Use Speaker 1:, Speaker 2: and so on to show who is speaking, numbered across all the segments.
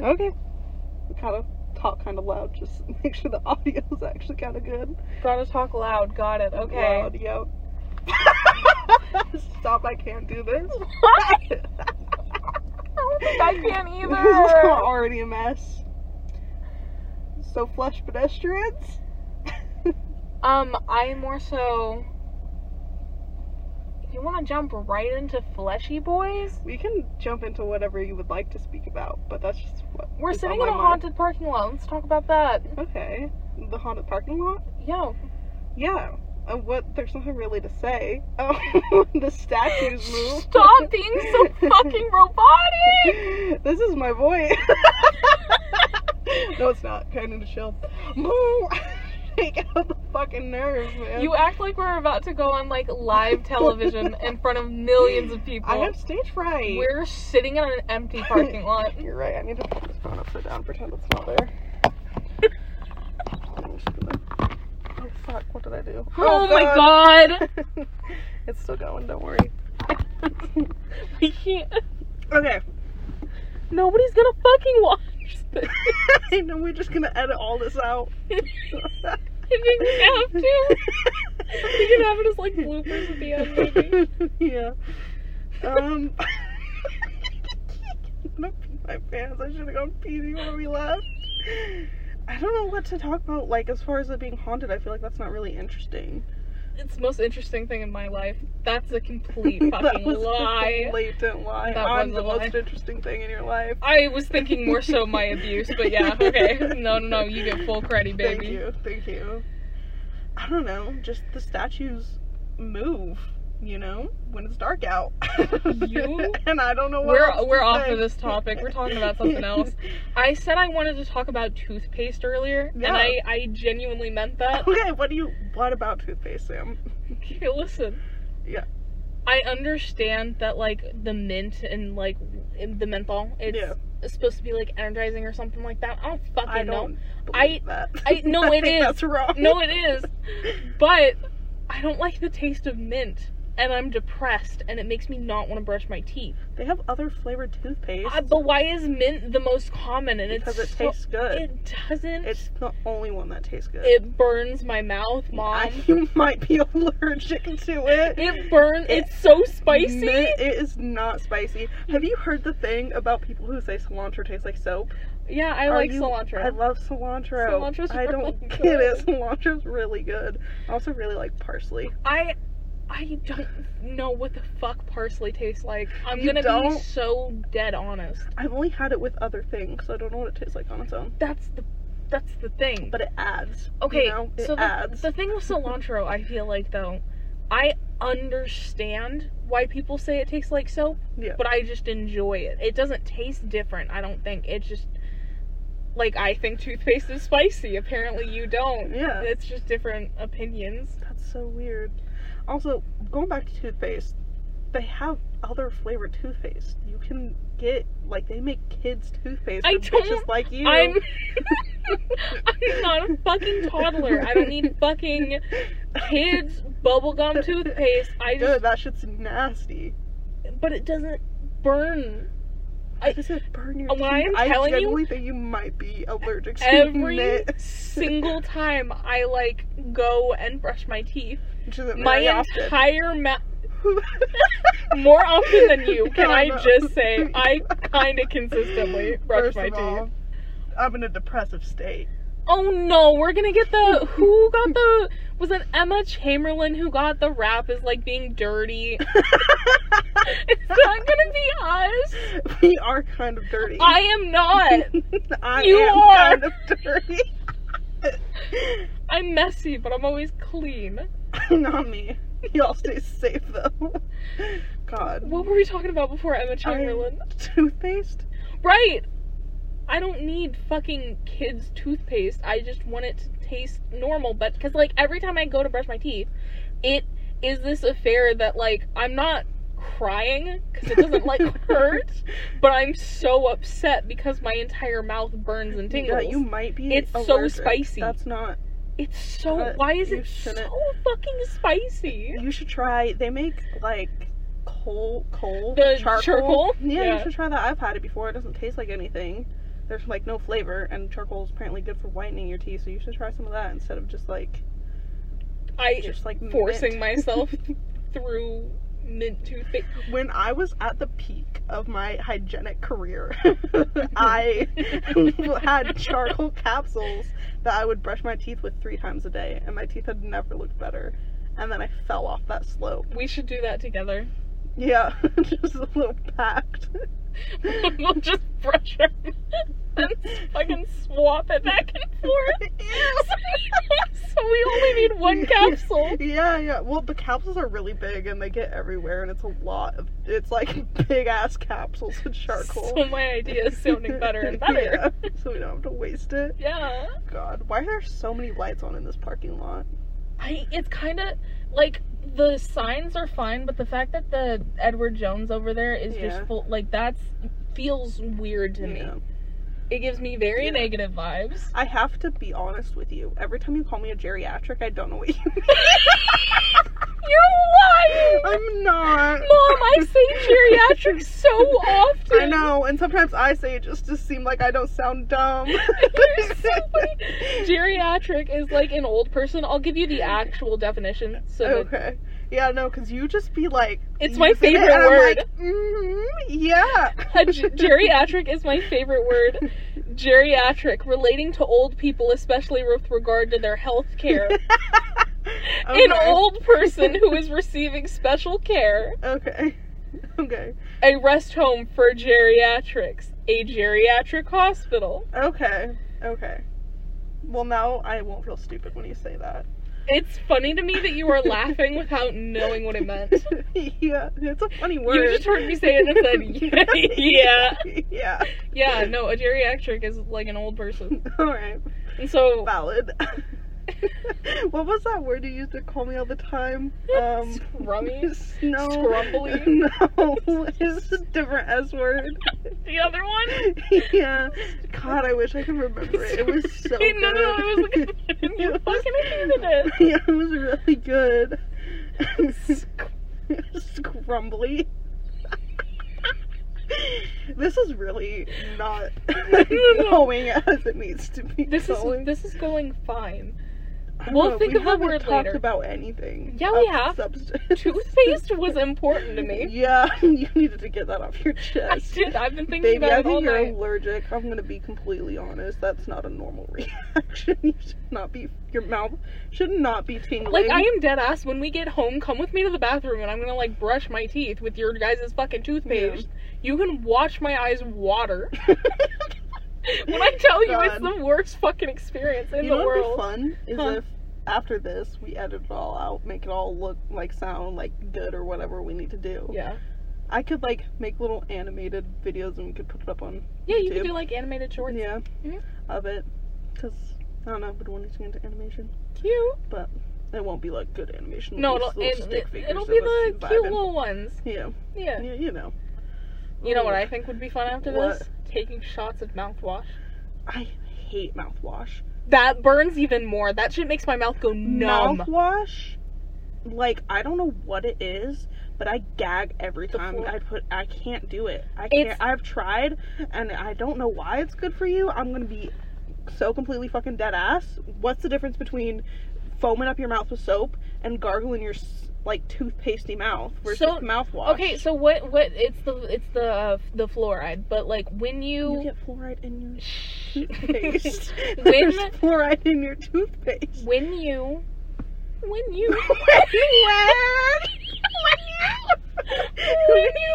Speaker 1: Okay.
Speaker 2: Kind of talk kind of loud, just make sure the audio is actually kind of good.
Speaker 1: Gotta talk loud. Got it. Okay.
Speaker 2: Loud, yep. Stop! I can't do this.
Speaker 1: What? I don't think I can
Speaker 2: This is
Speaker 1: either.
Speaker 2: already a mess. So flush pedestrians.
Speaker 1: Um, I more so. You want to jump right into Fleshy Boys?
Speaker 2: We can jump into whatever you would like to speak about, but that's just what
Speaker 1: We're
Speaker 2: is on
Speaker 1: sitting in
Speaker 2: my
Speaker 1: a
Speaker 2: mind.
Speaker 1: haunted parking lot. Let's talk about that.
Speaker 2: Okay, the haunted parking lot.
Speaker 1: Yo,
Speaker 2: Yeah. Uh, what? There's nothing really to say. Um, the statues move.
Speaker 1: stop being so fucking robotic.
Speaker 2: this is my voice. no, it's not. Kind of to chill. Move. Take out the fucking nerves, man.
Speaker 1: You act like we're about to go on like live television in front of millions of people.
Speaker 2: I have stage fright.
Speaker 1: We're sitting in an empty parking lot.
Speaker 2: You're right. I need to put this phone upside down. Pretend it's not there. I'm just gonna- Oh fuck! What did I do?
Speaker 1: Oh, my god!
Speaker 2: god. it's still going. Don't worry.
Speaker 1: We can't.
Speaker 2: Okay.
Speaker 1: Nobody's gonna fucking watch this.
Speaker 2: I know we're just gonna edit all this out.
Speaker 1: I think we have to. We can have it as like bloopers at the end, maybe.
Speaker 2: yeah. Um. I'm gonna pee my pants. I should have gone pee before we left. I don't know what to talk about. Like as far as it being haunted, I feel like that's not really interesting.
Speaker 1: It's the most interesting thing in my life. That's a complete
Speaker 2: that
Speaker 1: fucking
Speaker 2: was a
Speaker 1: lie.
Speaker 2: blatant lie.
Speaker 1: That
Speaker 2: I'm
Speaker 1: was
Speaker 2: the
Speaker 1: a lie.
Speaker 2: most interesting thing in your life.
Speaker 1: I was thinking more so my abuse, but yeah, okay. No, no, no, you get full credit, baby.
Speaker 2: Thank you. Thank you. I don't know. Just the statues move. You know, when it's dark out.
Speaker 1: You-
Speaker 2: and I don't know what.
Speaker 1: We're
Speaker 2: else to
Speaker 1: we're off
Speaker 2: say.
Speaker 1: of this topic. We're talking about something else. I said I wanted to talk about toothpaste earlier,
Speaker 2: Yeah.
Speaker 1: and I I genuinely meant that.
Speaker 2: Okay, what do you? What about toothpaste, Sam?
Speaker 1: Okay, listen.
Speaker 2: Yeah.
Speaker 1: I understand that like the mint and like the menthol, it's
Speaker 2: Yeah.
Speaker 1: supposed to be like energizing or something like that. I don't fucking
Speaker 2: I
Speaker 1: know.
Speaker 2: don't.
Speaker 1: I-
Speaker 2: believe that.
Speaker 1: I- no,
Speaker 2: I
Speaker 1: it
Speaker 2: think
Speaker 1: is.
Speaker 2: That's wrong.
Speaker 1: No, it is. But I don't like the taste of mint, and I'm depressed, and it makes me not want to brush my teeth.
Speaker 2: They have other flavored toothpaste
Speaker 1: Uh, but why is mint the most common? And
Speaker 2: because it
Speaker 1: it's so-
Speaker 2: tastes good.
Speaker 1: It doesn't.
Speaker 2: it's the only one that tastes good.
Speaker 1: it burns my mouth, mom.
Speaker 2: I, you might be allergic to it.
Speaker 1: It burns.
Speaker 2: It-
Speaker 1: It's so spicy.
Speaker 2: No, it is not spicy. Have you heard the thing about people who say cilantro tastes like soap?
Speaker 1: yeah, I
Speaker 2: Are
Speaker 1: like
Speaker 2: you-
Speaker 1: cilantro.
Speaker 2: I love cilantro.
Speaker 1: Cilantro's
Speaker 2: I don't
Speaker 1: really
Speaker 2: get
Speaker 1: good.
Speaker 2: it. Cilantro's really good. I also really like parsley.
Speaker 1: I I don't know what the fuck parsley tastes like. I'm
Speaker 2: You
Speaker 1: gonna be
Speaker 2: don't?
Speaker 1: so dead honest.
Speaker 2: I've only had it with other things, so I don't know what it tastes like on its own.
Speaker 1: That's the that's the thing.
Speaker 2: But it adds.
Speaker 1: okay,
Speaker 2: you know, it
Speaker 1: so the,
Speaker 2: adds.
Speaker 1: the thing with cilantro, I feel like though, I understand why people say it tastes like soap,
Speaker 2: Yeah.
Speaker 1: but I just enjoy it. It doesn't taste different. I don't think it's just like I think toothpaste is spicy. Apparently you don't.
Speaker 2: Yeah.
Speaker 1: It's just different opinions.
Speaker 2: That's so weird. Also, going back to toothpaste, they have other flavored toothpaste. You can get like they make kids toothpaste.
Speaker 1: I
Speaker 2: for
Speaker 1: don't-
Speaker 2: bitches like you.
Speaker 1: I'm I'm not a fucking toddler. I don't need fucking kids bubblegum toothpaste. I
Speaker 2: Dude,
Speaker 1: just
Speaker 2: that shit's nasty.
Speaker 1: but it doesn't burn. I-
Speaker 2: I just said burn your
Speaker 1: When
Speaker 2: teeth.
Speaker 1: I'm
Speaker 2: I
Speaker 1: telling you-
Speaker 2: genuinely think you might be allergic to
Speaker 1: Every
Speaker 2: mint,
Speaker 1: single time I like go and brush my teeth,
Speaker 2: which isn't
Speaker 1: my
Speaker 2: very often.
Speaker 1: entire mouth more often than you, can
Speaker 2: Yeah,
Speaker 1: I
Speaker 2: no.
Speaker 1: just say I kinda consistently brush
Speaker 2: First
Speaker 1: my
Speaker 2: of
Speaker 1: teeth.
Speaker 2: all, I'm in a depressive state.
Speaker 1: Oh no, we're gonna get the who got the was it Emma Chamberlain who got the rap as like being dirty? it's not gonna be us.
Speaker 2: we are kind of dirty.
Speaker 1: I am not.
Speaker 2: I
Speaker 1: You
Speaker 2: am
Speaker 1: are.
Speaker 2: kind of dirty.
Speaker 1: I'm messy, but I'm always clean.
Speaker 2: Not me. Y'all stay safe though. God.
Speaker 1: What were we talking about before Emma Chamberlain?
Speaker 2: Toothpaste?
Speaker 1: Right. I don't need fucking kids toothpaste. I just want it to taste normal, but cuz like every time I go to brush my teeth, it is this affair that like I'm not crying cuz it doesn't like hurt. but I'm so upset because my entire mouth burns and
Speaker 2: Yeah,
Speaker 1: tingles.
Speaker 2: you might be.
Speaker 1: It's so
Speaker 2: allergic.
Speaker 1: spicy.
Speaker 2: That's not
Speaker 1: it's so.
Speaker 2: Uh,
Speaker 1: why is
Speaker 2: you
Speaker 1: it so
Speaker 2: shouldn't-
Speaker 1: fucking spicy?
Speaker 2: You should try. They make like coal, coal,
Speaker 1: The
Speaker 2: charcoal.
Speaker 1: charcoal?
Speaker 2: Yeah,
Speaker 1: Yeah.
Speaker 2: you should try that. I've had it before. It doesn't taste like anything. There's like no flavor, and charcoal is apparently good for whitening your teeth, so you should try some of that instead of just like
Speaker 1: I
Speaker 2: just like
Speaker 1: forcing
Speaker 2: mint.
Speaker 1: myself through mint toothpaste.
Speaker 2: when I was at the peak of my hygienic career, I had charcoal capsules that I would brush my teeth with three times a day, and my teeth had never looked better. And then I fell off that slope.
Speaker 1: We should do that together.
Speaker 2: Yeah, just a little packed.
Speaker 1: we'll just brush our and fucking swap it back and forth. so we only need one capsule.
Speaker 2: Yeah, yeah. Well, the capsules are really big and they get everywhere, and it's a lot of. It's like big ass capsules with charcoal.
Speaker 1: So my idea is sounding better and better.
Speaker 2: Yeah, so we don't have to waste it.
Speaker 1: yeah.
Speaker 2: God, why are there so many lights on in this parking lot?
Speaker 1: I it's kind of like the signs are fine, but the fact that the Edward Jones over there is
Speaker 2: Yeah.
Speaker 1: just full like that's feels weird to me.
Speaker 2: Yeah.
Speaker 1: It gives me very
Speaker 2: Yeah.
Speaker 1: negative vibes.
Speaker 2: I have to be honest with you. Every time you call me a geriatric, I don't know what you
Speaker 1: You're lying.
Speaker 2: I'm not.
Speaker 1: Mom, I say geriatric so often.
Speaker 2: I know, and sometimes I say it just to seem like I don't sound dumb.
Speaker 1: You're so funny. Geriatric is like an old person. I'll give you the actual definition. So that-
Speaker 2: okay. Yeah, no, because you just be like.
Speaker 1: It's my
Speaker 2: using it,
Speaker 1: favorite
Speaker 2: and I'm
Speaker 1: word.
Speaker 2: like, "Mhm, yeah.
Speaker 1: A ge- geriatric is my favorite word. Geriatric, relating to old people, especially with regard to their health care. An
Speaker 2: Okay,
Speaker 1: old person who is receiving special care.
Speaker 2: Okay. Okay.
Speaker 1: A rest home for geriatrics. A geriatric hospital.
Speaker 2: Okay. Okay. Well, now I won't feel stupid when you say that.
Speaker 1: It's funny to me that you are laughing without knowing what it meant.
Speaker 2: yeah, it's a funny word.
Speaker 1: You just heard me say it and said, yeah.
Speaker 2: yeah.
Speaker 1: Yeah, no, a geriatric is like an old person.
Speaker 2: All right.
Speaker 1: And so
Speaker 2: Valid. what was that word you used to call me all the time? Um,
Speaker 1: Scrummy?
Speaker 2: No.
Speaker 1: Scrumbly?
Speaker 2: No. It's a different S word.
Speaker 1: the other one
Speaker 2: yeah. God, I wish I could remember it. It was so
Speaker 1: Wait,
Speaker 2: good.
Speaker 1: no, no, I was looking at it and you
Speaker 2: It was-
Speaker 1: fucking hated it.
Speaker 2: Yeah, it was really good. Scrumbly. this is really not
Speaker 1: no, no.
Speaker 2: going as it needs to be.
Speaker 1: This
Speaker 2: going.
Speaker 1: is this is going fine.
Speaker 2: I don't
Speaker 1: we'll
Speaker 2: know,
Speaker 1: think
Speaker 2: we
Speaker 1: of the
Speaker 2: haven't
Speaker 1: word
Speaker 2: talked
Speaker 1: later.
Speaker 2: about anything.
Speaker 1: Yeah, we
Speaker 2: of
Speaker 1: have.
Speaker 2: substance.
Speaker 1: Toothpaste was important to me.
Speaker 2: Yeah, you needed to get that off your
Speaker 1: I
Speaker 2: chest.
Speaker 1: did. I've been thinking
Speaker 2: Baby,
Speaker 1: about
Speaker 2: I
Speaker 1: it all
Speaker 2: think you're
Speaker 1: night.
Speaker 2: allergic. I'm gonna be completely honest. That's not a normal reaction. You should not be. Your mouth should not be tingling.
Speaker 1: Like I am dead ass. When we get home, come with me to the bathroom, and I'm gonna like brush my teeth with your guys' fucking toothpaste. You can watch my eyes water. when I tell you, it's
Speaker 2: God.
Speaker 1: the worst fucking experience in
Speaker 2: you
Speaker 1: the
Speaker 2: know
Speaker 1: world.
Speaker 2: what would be fun is
Speaker 1: Huh.
Speaker 2: if after this we edit it all out, make it all look like sound like good or whatever we need to do.
Speaker 1: Yeah.
Speaker 2: I could like make little animated videos and we could put it up on
Speaker 1: Yeah, you
Speaker 2: YouTube.
Speaker 1: can do like animated shorts.
Speaker 2: yeah
Speaker 1: Mhm.
Speaker 2: Mm-hmm. of it because I don't know, I've been wanting to get into animation.
Speaker 1: Cute.
Speaker 2: It won't be like good animation.
Speaker 1: No,
Speaker 2: it'll
Speaker 1: it'll,
Speaker 2: be little
Speaker 1: it,
Speaker 2: stick
Speaker 1: it,
Speaker 2: figures
Speaker 1: it'll
Speaker 2: of
Speaker 1: be
Speaker 2: us
Speaker 1: the cute
Speaker 2: vibing.
Speaker 1: little ones.
Speaker 2: Yeah,
Speaker 1: Yeah.
Speaker 2: yeah, you know.
Speaker 1: You know what
Speaker 2: Ooh.
Speaker 1: I think would be fun after
Speaker 2: What?
Speaker 1: this? Taking shots of mouthwash.
Speaker 2: I hate mouthwash.
Speaker 1: That burns even more. That shit makes my mouth go numb.
Speaker 2: Mouthwash, like I don't know what it is, but I gag every
Speaker 1: The
Speaker 2: time
Speaker 1: flo-
Speaker 2: I put. I can't do it. I
Speaker 1: It's-
Speaker 2: can't. I've tried, and I don't know why it's good for you. I'm gonna be so completely fucking dead ass. What's the difference between foaming up your mouth with soap and gargling your s- like toothpastey mouth versus
Speaker 1: So-
Speaker 2: mouthwash?
Speaker 1: Okay, so what? What? It's the it's the uh, the fluoride, but like when
Speaker 2: You
Speaker 1: you,
Speaker 2: get fluoride in your
Speaker 1: toothpaste.
Speaker 2: toothpaste.
Speaker 1: when
Speaker 2: There's fluoride in your toothpaste.
Speaker 1: when you when you when you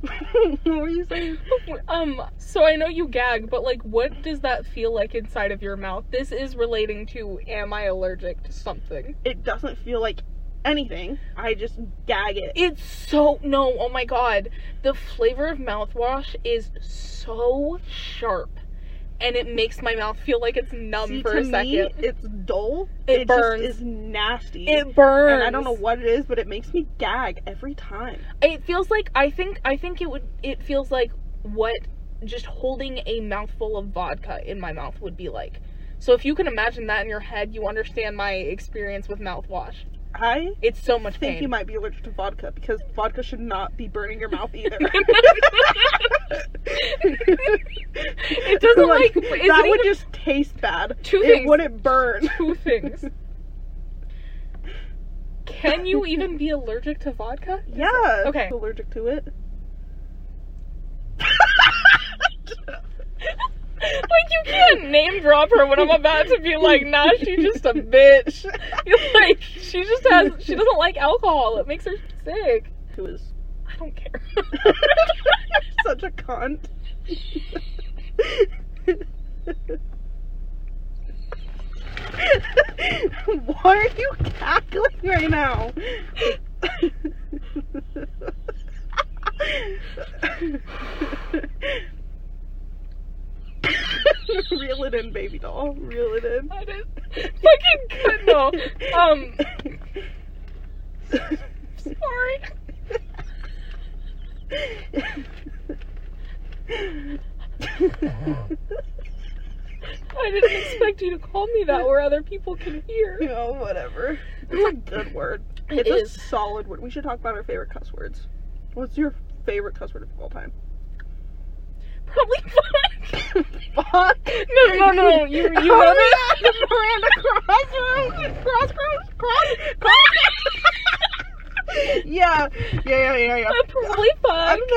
Speaker 2: what were you saying?
Speaker 1: when um. So I know you gag, but like, what does that feel like inside of your mouth? This is relating to am I allergic to something?
Speaker 2: It doesn't feel like anything. I just gag it.
Speaker 1: It's so no, oh my god. The flavor of mouthwash is so sharp. And it makes my mouth feel like it's numb
Speaker 2: See,
Speaker 1: Um, for
Speaker 2: to
Speaker 1: a second.
Speaker 2: me, it's dull. just
Speaker 1: It burns.
Speaker 2: is nasty.
Speaker 1: it burns.
Speaker 2: and I don't know what it is, but it makes me gag every time.
Speaker 1: It feels like I think I think it would it feels like what just holding a mouthful of vodka in my mouth would be like. So if you can imagine that in your head, you understand my experience with mouthwash.
Speaker 2: I
Speaker 1: It's so much
Speaker 2: think
Speaker 1: pain.
Speaker 2: you might be allergic to vodka because vodka should not be burning your mouth either.
Speaker 1: it doesn't like, is
Speaker 2: that
Speaker 1: it
Speaker 2: would
Speaker 1: even
Speaker 2: just taste bad.
Speaker 1: Two
Speaker 2: it
Speaker 1: things.
Speaker 2: wouldn't burn.
Speaker 1: two things. Can you even be allergic to vodka?
Speaker 2: Yeah.
Speaker 1: Okay.
Speaker 2: Allergic to it.
Speaker 1: like you can't name drop her when I'm about to be like, nah, she's just a bitch. You're like she just has she doesn't like alcohol. It makes her sick.
Speaker 2: Who is
Speaker 1: I don't care.
Speaker 2: such a cunt? Why are you cackling right now? Reel it in, baby doll. Reel it in.
Speaker 1: I just fucking couldn't though. Um sorry. I didn't expect you to call me that where other people can hear.
Speaker 2: Oh, whatever. It's a good word.
Speaker 1: It
Speaker 2: it's a
Speaker 1: is.
Speaker 2: solid word. We should talk about our favorite cuss words. What's your favorite cuss word of all time?
Speaker 1: Probably fuck.
Speaker 2: Fuck.
Speaker 1: No, no, no, you- you
Speaker 2: oh,
Speaker 1: have
Speaker 2: yeah, the Miranda Crossroads. Crossroads. Cross. Cross. yeah. Yeah. Yeah. Yeah. Yeah.
Speaker 1: Uh, Probably
Speaker 2: I
Speaker 1: fuck.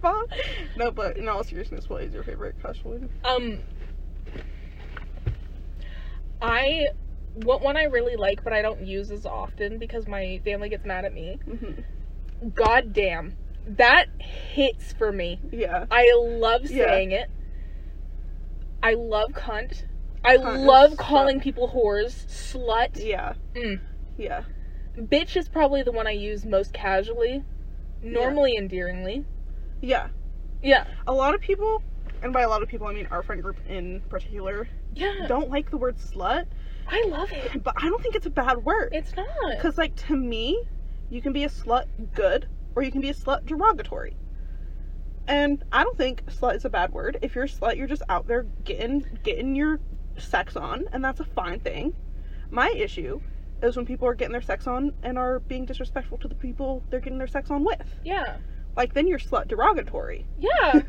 Speaker 2: don't know. Fuck. no, but in all seriousness, what is your favorite cuss word?
Speaker 1: Um, I what one I really like, but I don't use as often because my family gets mad at me.
Speaker 2: Mm-hmm.
Speaker 1: God damn, that hits for me.
Speaker 2: Yeah.
Speaker 1: I love
Speaker 2: Yeah.
Speaker 1: saying it. I love cunt. I
Speaker 2: Cunt is
Speaker 1: love
Speaker 2: slut.
Speaker 1: calling people whores, slut.
Speaker 2: Yeah.
Speaker 1: Mm.
Speaker 2: Yeah.
Speaker 1: Bitch is probably the one I use most casually, normally endearingly.
Speaker 2: Yeah.
Speaker 1: Yeah,
Speaker 2: A lot of people, and by a lot of people, I mean our friend group in particular,
Speaker 1: yeah.
Speaker 2: don't like the word slut,
Speaker 1: I love it.
Speaker 2: but I don't think it's a bad word.
Speaker 1: It's not.
Speaker 2: Because, like, to me, you can be a slut good or you can be a slut derogatory. And I don't think slut is a bad word. If you're a slut, you're just out there getting getting your sex on, and that's a fine thing. My issue is when people are getting their sex on and are being disrespectful to the people they're getting their sex on with.
Speaker 1: Yeah,
Speaker 2: Like then you're slut derogatory.
Speaker 1: yeah.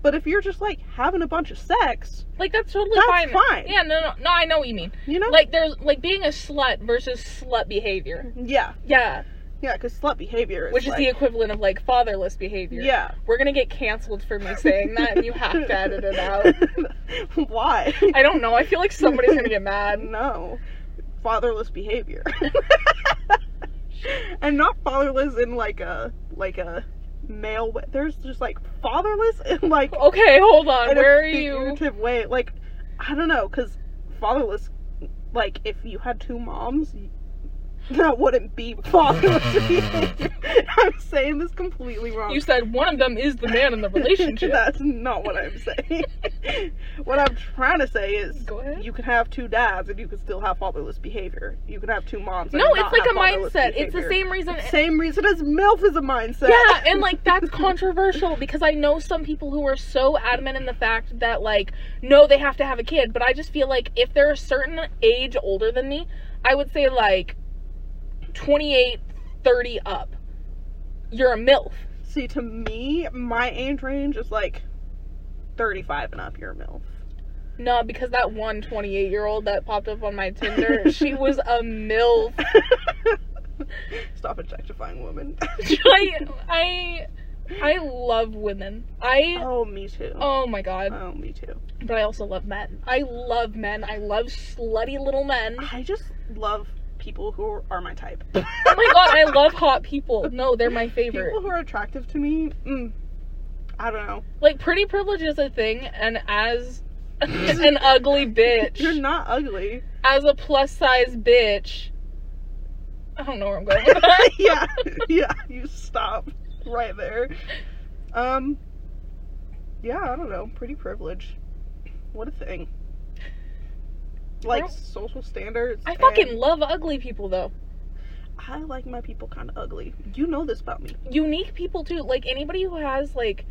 Speaker 2: But if you're just like having a bunch of sex,
Speaker 1: Like that's totally
Speaker 2: That's
Speaker 1: fine.
Speaker 2: fine.
Speaker 1: Yeah, no, no, no. I know what you mean.
Speaker 2: you know,
Speaker 1: Like there's like being a slut versus slut behavior.
Speaker 2: yeah,
Speaker 1: Yeah,
Speaker 2: yeah, because slut behavior is
Speaker 1: which is
Speaker 2: like,
Speaker 1: the equivalent of like fatherless behavior.
Speaker 2: yeah.
Speaker 1: We're gonna get canceled for me saying that, and you have to edit it out.
Speaker 2: Why?
Speaker 1: I don't know. I feel like somebody's gonna get mad.
Speaker 2: No, fatherless behavior, and not fatherless in like a like a male. Way. There's just like fatherless in like
Speaker 1: Okay, hold on.
Speaker 2: in a
Speaker 1: Where are you?
Speaker 2: figurative way. Like I don't know, because fatherless, like if you had two moms. y- That wouldn't be fatherless behavior. I'm saying this completely wrong.
Speaker 1: You said one of them is the man in the relationship.
Speaker 2: That's not what I'm saying. what I'm trying to say is
Speaker 1: Go ahead.
Speaker 2: you can have two dads and you can still have fatherless behavior. You can have two moms. And
Speaker 1: No,
Speaker 2: not
Speaker 1: it's like
Speaker 2: have
Speaker 1: a
Speaker 2: fatherless
Speaker 1: mindset. It's the
Speaker 2: behavior.
Speaker 1: same reason.
Speaker 2: Same reason as MILF is a mindset.
Speaker 1: Yeah, and like that's controversial because I know some people who are so adamant in the fact that like no, they have to have a kid, but I just feel like if they're a certain age older than me, I would say like 28, 30 up. You're a MILF.
Speaker 2: See, to me, my age range is like 35 and up. You're a MILF.
Speaker 1: No, because that one 28 year old that popped up on my Tinder, she was a MILF.
Speaker 2: Stop objectifying women.
Speaker 1: I, I, I love women. I,
Speaker 2: oh, me too.
Speaker 1: oh my god.
Speaker 2: oh, me too.
Speaker 1: But I also love men. I love men. I love slutty little men.
Speaker 2: I just love people who are my type.
Speaker 1: Oh my god, I love hot people. No, they're my favorite.
Speaker 2: People who are attractive to me, mm, I don't know.
Speaker 1: Like pretty privilege is a thing, and as an ugly
Speaker 2: You're
Speaker 1: bitch,
Speaker 2: not ugly.
Speaker 1: as a plus size bitch, I don't know where I'm going. With that.
Speaker 2: yeah, yeah. You stop right there. Um, yeah, I don't know. Pretty privilege. What a thing. Like
Speaker 1: Girl.
Speaker 2: social standards.
Speaker 1: I
Speaker 2: and-
Speaker 1: fucking love ugly people though.
Speaker 2: I like my people kind of ugly. You know this about me.
Speaker 1: Unique people too. Like anybody who has like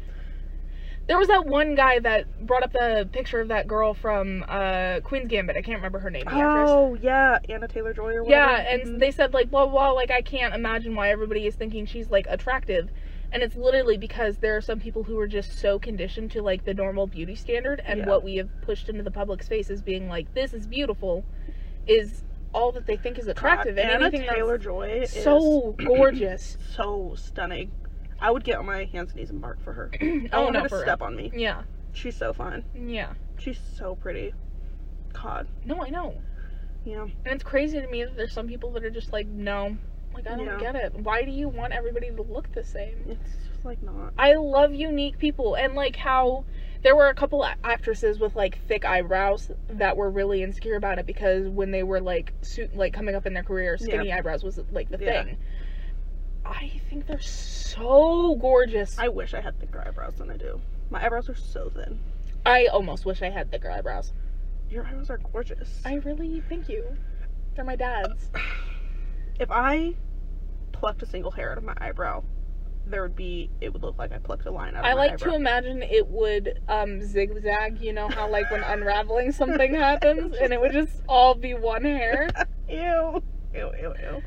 Speaker 1: There was that one guy that brought up the picture of that girl from uh, Queen's Gambit. I can't remember her name. the actress.
Speaker 2: Oh yeah, Anna Taylor Joy or whatever.
Speaker 1: Yeah, and
Speaker 2: Mhm.
Speaker 1: they said like blah blah. Like I can't imagine why everybody is thinking she's like attractive, and it's literally because there are some people who are just so conditioned to like the normal beauty standard and
Speaker 2: Yeah.
Speaker 1: what we have pushed into the public space as being like this is beautiful, is all that they think is attractive.
Speaker 2: God,
Speaker 1: and
Speaker 2: Anna
Speaker 1: anything
Speaker 2: Taylor Joy
Speaker 1: that's so gorgeous.
Speaker 2: is so stunning. I would get on my hands and knees and bark for her. I
Speaker 1: oh
Speaker 2: want her
Speaker 1: no,
Speaker 2: to
Speaker 1: for real.
Speaker 2: step on me.
Speaker 1: Yeah,
Speaker 2: She's so fun.
Speaker 1: yeah.
Speaker 2: She's so pretty. God,
Speaker 1: No, I know.
Speaker 2: yeah.
Speaker 1: And it's crazy to me that there's some people that are just like, no, like I don't
Speaker 2: Yeah.
Speaker 1: get it. Why do you want everybody to look the same?
Speaker 2: It's just like not.
Speaker 1: I love unique people and like how there were a couple a- actresses with like thick eyebrows that were really insecure about it because when they were like suit like coming up in their career, skinny eyebrows was like the
Speaker 2: Yeah.
Speaker 1: thing. I think they're so gorgeous. I,
Speaker 2: I wish I had thicker eyebrows than I do. My eyebrows are so thin.
Speaker 1: almost wish I had thicker eyebrows.
Speaker 2: Your eyebrows are gorgeous.
Speaker 1: I really thank you. They're my dad's.
Speaker 2: if I plucked a single hair out of my eyebrow, there would be it would look like I plucked a line out of my
Speaker 1: I like to
Speaker 2: eyebrow.
Speaker 1: imagine it would um, zigzag. You know how like when unraveling something happens, and it would just all be one hair.
Speaker 2: Ew. Ew, ew, ew.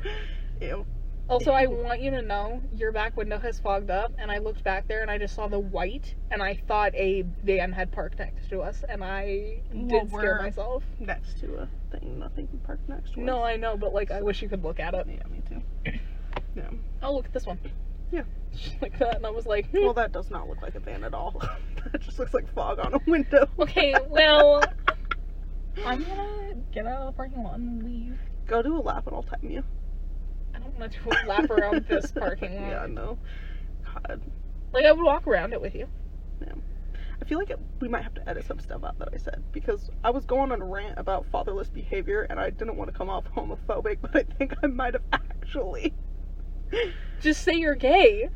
Speaker 2: Ew.
Speaker 1: Also, I want you to know your back window has fogged up, and I looked back there and I just saw the white, and I thought a van had parked next to us, and I did
Speaker 2: Well,
Speaker 1: scare
Speaker 2: we're-
Speaker 1: myself.
Speaker 2: Next to a thing, nothing parked next to
Speaker 1: No,
Speaker 2: us.
Speaker 1: I know, but like I wish you could look at it.
Speaker 2: Yeah, me too. Yeah.
Speaker 1: Oh, look at this one.
Speaker 2: Yeah.
Speaker 1: Just like that, and I was like, hmm.
Speaker 2: Well, that does not look like a van at all. that just looks like fog on a window.
Speaker 1: okay, well, I'm gonna get out of the parking lot and leave.
Speaker 2: Go do a lap and I'll time you.
Speaker 1: I don't want to do a lap around this parking lot.
Speaker 2: Yeah, no. God.
Speaker 1: Like I would walk around it with you.
Speaker 2: I feel like it, we might have to edit some stuff out that I said because I was going on a rant about fatherless behavior and I didn't want to come off homophobic, but I think I might have actually.
Speaker 1: Just say you're gay.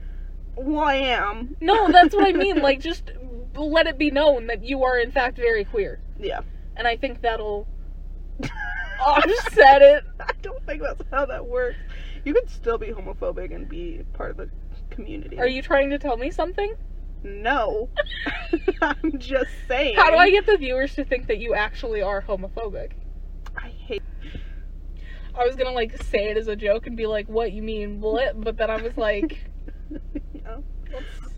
Speaker 2: Well, I am.
Speaker 1: No, that's what I mean. Like just let it be known that you are in fact very queer.
Speaker 2: Yeah.
Speaker 1: And I think that'll offset it.
Speaker 2: I don't think that's how that works. You can still be homophobic and be part of the community.
Speaker 1: Are you trying to tell me something?
Speaker 2: No. I'm just saying.
Speaker 1: How do I get the viewers to think that you actually are homophobic?
Speaker 2: I hate.
Speaker 1: I was gonna like say it as a joke and be like, "What you mean what?" But then I was like,
Speaker 2: No.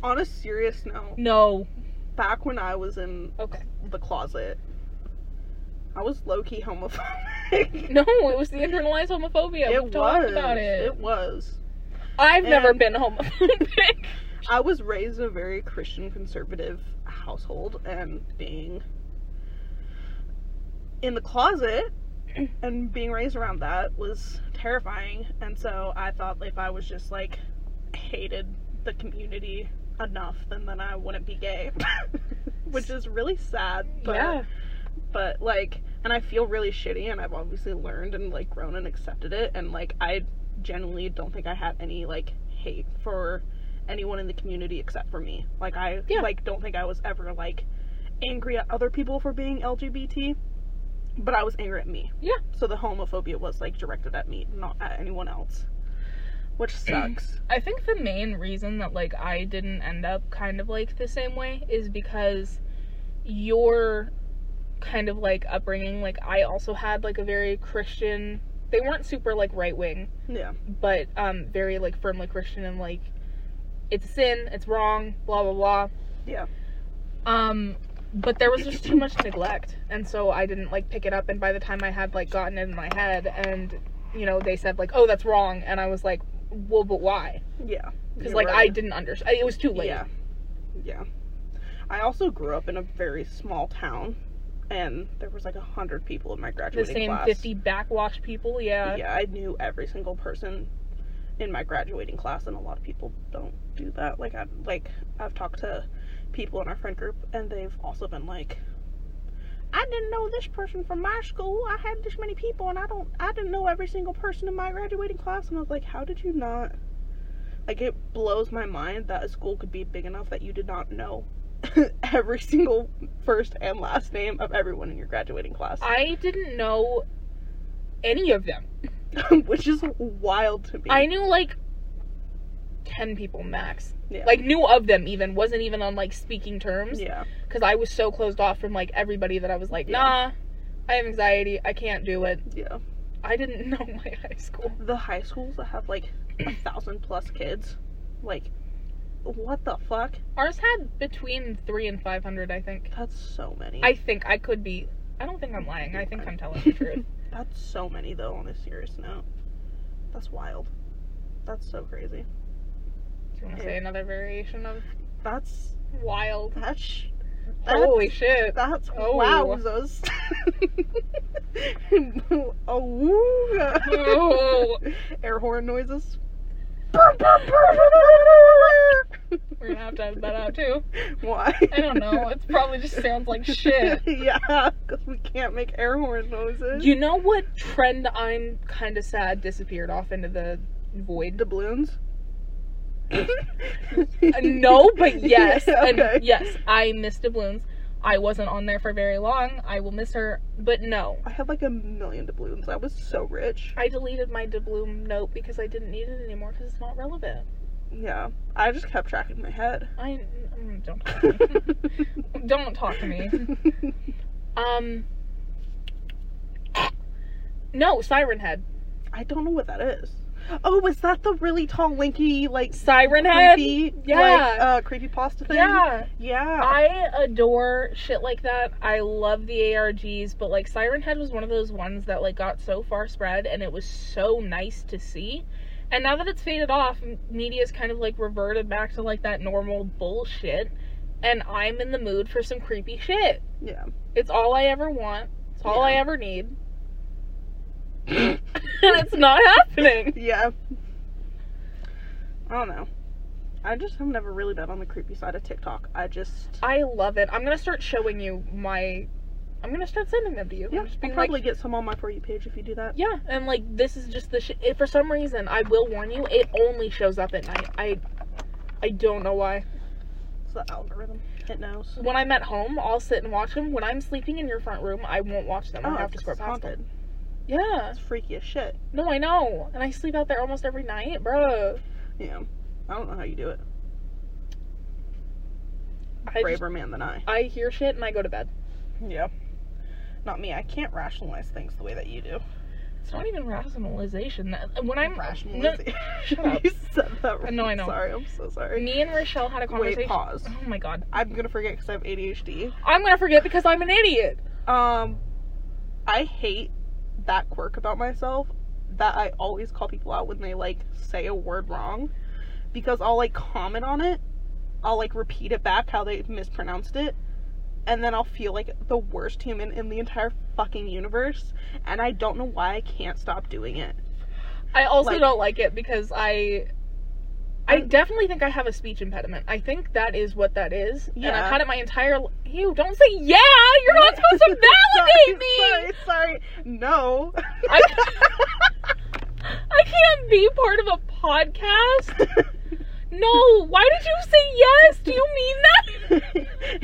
Speaker 2: On a serious note,
Speaker 1: "No,
Speaker 2: back when I was in
Speaker 1: okay,
Speaker 2: the closet, I was low key homophobic.
Speaker 1: no." It was the internalized homophobia.
Speaker 2: it
Speaker 1: we
Speaker 2: was.
Speaker 1: talked about it.
Speaker 2: It was.
Speaker 1: I've never
Speaker 2: and-
Speaker 1: been homophobic.
Speaker 2: I was raised in a very Christian conservative household and being in the closet and being raised around that was terrifying. And so I thought if I was just like hated the community enough, then then I wouldn't be gay. Which is really sad, but
Speaker 1: yeah,
Speaker 2: but like and I feel really shitty and I've obviously learned and like grown and accepted it and like I genuinely don't think I have any like hate for anyone in the community except for me. Like I
Speaker 1: Yeah.
Speaker 2: like don't think I was ever like angry at other people for being LGBT, but I was angry at me.
Speaker 1: Yeah.
Speaker 2: So the homophobia was like directed at me, not at anyone else. Which sucks.
Speaker 1: I think the main reason that like I didn't end up kind of like the same way is because your kind of like upbringing like I also had like a very Christian they weren't super like right wing
Speaker 2: yeah.
Speaker 1: but um very like firmly Christian and like it's a sin, it's wrong, blah blah blah.
Speaker 2: Yeah.
Speaker 1: Um but there was just too much neglect and so I didn't like pick it up and by the time I had like gotten it in my head and you know they said like oh that's wrong and I was like well but why?
Speaker 2: Yeah.
Speaker 1: because
Speaker 2: You're
Speaker 1: like I
Speaker 2: right.
Speaker 1: didn't understand. It was too late.
Speaker 2: Yeah. Yeah. I also grew up in a very small town and there was like a hundred people in my
Speaker 1: the
Speaker 2: graduating
Speaker 1: same
Speaker 2: class.
Speaker 1: fifty backwash people. Yeah.
Speaker 2: Yeah, I knew every single person in my graduating class and a lot of people don't do that. Like I like I've talked to people in our friend group and they've also been like I didn't know this person from my school. I had this many people and I don't I didn't know every single person in my graduating class and I was like, How did you not like it blows my mind that a school could be big enough that you did not know every single first and last name of everyone in your graduating class.
Speaker 1: I didn't know any of them.
Speaker 2: which is wild to me.
Speaker 1: I knew like ten people max.
Speaker 2: Yeah.
Speaker 1: Like knew of them even wasn't even on like speaking terms
Speaker 2: yeah.
Speaker 1: because I was so closed off from like everybody that I was like,
Speaker 2: Yeah.
Speaker 1: nah, I have anxiety, I can't do it.
Speaker 2: Yeah.
Speaker 1: I didn't know my high school.
Speaker 2: The high schools that have like a thousand plus kids, like, what the fuck?
Speaker 1: Ours had between three and five hundred, I think.
Speaker 2: That's so many.
Speaker 1: I think I could be. I don't think I'm lying. I think I'm telling the truth.
Speaker 2: That's so many though. On a serious note, that's wild. That's so crazy.
Speaker 1: Do you want to say another variation of
Speaker 2: That's
Speaker 1: wild?
Speaker 2: that's. Sh- that's
Speaker 1: Holy shit!
Speaker 2: That's
Speaker 1: Oh.
Speaker 2: wowzers. oh, woo.
Speaker 1: Oh.
Speaker 2: Air horn noises.
Speaker 1: We're gonna have to have that out too.
Speaker 2: Why?
Speaker 1: I don't know. It probably just sounds like shit.
Speaker 2: yeah, because we can't make air horn noises.
Speaker 1: You know what trend I'm kind of sad disappeared off into the void?
Speaker 2: doubloons?
Speaker 1: Uh, no, but yes.
Speaker 2: Yeah,
Speaker 1: and
Speaker 2: okay.
Speaker 1: yes, I miss doubloons. I wasn't on there for very long. I will miss her, but no.
Speaker 2: I had like a million doubloons. I was so rich.
Speaker 1: I deleted my doubloon note because I didn't need it anymore because it's not relevant.
Speaker 2: Yeah, I just kept track in my head.
Speaker 1: I mm, don't talk to me. don't talk to me. Um. No, Siren Head.
Speaker 2: I don't know what that is. Oh, is that the really tall, lanky, like
Speaker 1: Siren Head.
Speaker 2: creepy,
Speaker 1: yeah.
Speaker 2: like, uh, creepy pasta thing?
Speaker 1: Yeah,
Speaker 2: yeah.
Speaker 1: I adore shit like that. I love the ARGs, but like Siren Head was one of those ones that like got so far spread, and it was so nice to see. And now that it's faded off, m- media's kind of like reverted back to like that normal bullshit, and I'm in the mood for some creepy shit.
Speaker 2: yeah.
Speaker 1: It's all I ever want. It's all I
Speaker 2: Yeah.
Speaker 1: ever need. and it's not happening.
Speaker 2: Yeah. I don't know. I just have never really been on the creepy side of TikTok. I just
Speaker 1: I love it. I'm gonna start showing you my. I'm gonna start sending them to you.
Speaker 2: yeah,
Speaker 1: I'm just
Speaker 2: I'll
Speaker 1: being like,
Speaker 2: probably get some on my for you page if you do that.
Speaker 1: yeah, and like this is just the shit. It, for some reason, I will warn you, it only shows up at night. I, I don't know why.
Speaker 2: It's the algorithm. It knows.
Speaker 1: When I'm at home, I'll sit and watch them. When I'm sleeping in your front room, I won't watch them. I have to
Speaker 2: Oh, it's
Speaker 1: scroll past them.
Speaker 2: haunted.
Speaker 1: Yeah.
Speaker 2: That's freaky as shit.
Speaker 1: No, I know. And I sleep out there almost every night, bruh.
Speaker 2: Yeah. I don't know how you do it.
Speaker 1: I just,
Speaker 2: Braver man than I.
Speaker 1: I hear shit and I go to bed.
Speaker 2: Yeah. Not me. I can't rationalize things the way that you do.
Speaker 1: It's not even rationalization. That- When I'm no,
Speaker 2: rationalizing.
Speaker 1: shut up.
Speaker 2: you said that.
Speaker 1: I know, I know.
Speaker 2: Sorry. I'm so sorry.
Speaker 1: me and Rochelle had a conversation.
Speaker 2: Wait. Pause.
Speaker 1: Oh my god,
Speaker 2: I'm gonna forget because I have ADHD.
Speaker 1: I'm gonna forget because I'm an idiot.
Speaker 2: Um, I hate that quirk about myself that I always call people out when they like say a word wrong because I'll like comment on it, I'll like repeat it back how they mispronounced it, and then I'll feel like the worst human in the entire fucking universe, and I don't know why I can't stop doing it.
Speaker 1: I also
Speaker 2: Like-
Speaker 1: don't like it because I. I
Speaker 2: I'm-
Speaker 1: definitely think I have a speech impediment. I think that is what that is. And I've
Speaker 2: Yeah.
Speaker 1: had it my entire l- Ew, don't say yeah! You're not supposed to
Speaker 2: Sorry,
Speaker 1: validate me!
Speaker 2: Sorry, sorry, no.
Speaker 1: I, I can't be part of a podcast. No, why did you say yes? Do you mean that?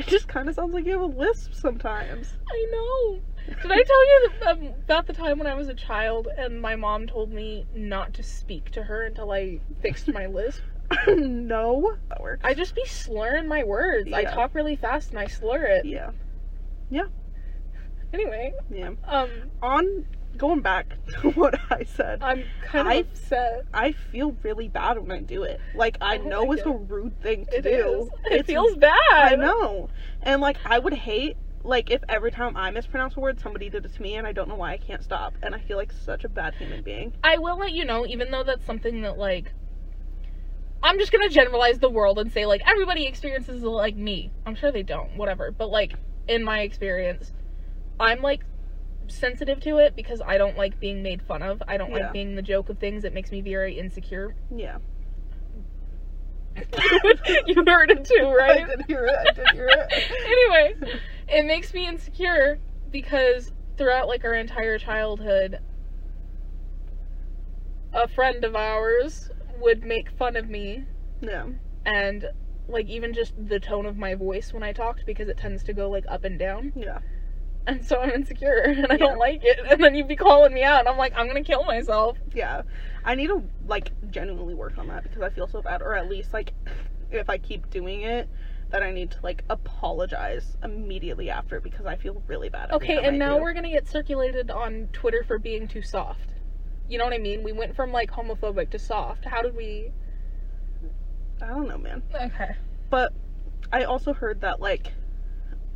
Speaker 2: it just kind of sounds like you have a lisp sometimes.
Speaker 1: I know. Did I tell you that, um, about the time when I was a child and my mom told me not to speak to her until I fixed my lisp?
Speaker 2: no. That works.
Speaker 1: I just be slurring my words. I
Speaker 2: Yeah.
Speaker 1: talk really fast and I slur it.
Speaker 2: Yeah.
Speaker 1: Anyway,
Speaker 2: Yeah.
Speaker 1: um,
Speaker 2: On going back to what I said,
Speaker 1: I'm kind of
Speaker 2: I-
Speaker 1: upset.
Speaker 2: I feel really bad when I do it. Like I
Speaker 1: Oh my
Speaker 2: know it's
Speaker 1: God.
Speaker 2: a rude thing to
Speaker 1: It
Speaker 2: do.
Speaker 1: is. It
Speaker 2: It's-
Speaker 1: feels bad.
Speaker 2: I know. And like I would hate like if every time I mispronounce a word somebody did it to me and I don't know why I can't stop and I feel like such a bad human being.
Speaker 1: I will let you know, even though that's something that like. I'm just gonna generalize the world and say like everybody experiences it like me. I'm sure they don't, whatever. But like in my experience, I'm like sensitive to it because I don't like being made fun of. I don't
Speaker 2: Yeah.
Speaker 1: like being the joke of things. It makes me very insecure.
Speaker 2: Yeah.
Speaker 1: you heard it too, right?
Speaker 2: I did hear it. I did hear it.
Speaker 1: anyway, it makes me insecure because throughout like our entire childhood, a friend of ours would make fun of me
Speaker 2: Yeah.
Speaker 1: and like even just the tone of my voice when I talked because it tends to go like up and down.
Speaker 2: Yeah.
Speaker 1: and so I'm insecure and I
Speaker 2: Yeah.
Speaker 1: don't like it. And then you'd be calling me out, and I'm like, I'm gonna kill myself.
Speaker 2: Yeah. I need to like genuinely work on that because I feel so bad or at least like if I keep doing it that I need to like apologize immediately after because I feel really bad. every
Speaker 1: Okay,
Speaker 2: time I
Speaker 1: and now
Speaker 2: do.
Speaker 1: we're gonna get circulated on Twitter for being too soft. You know what I mean? We went from like homophobic to soft. How did we?
Speaker 2: I don't know, man.
Speaker 1: Okay.
Speaker 2: But I also heard that like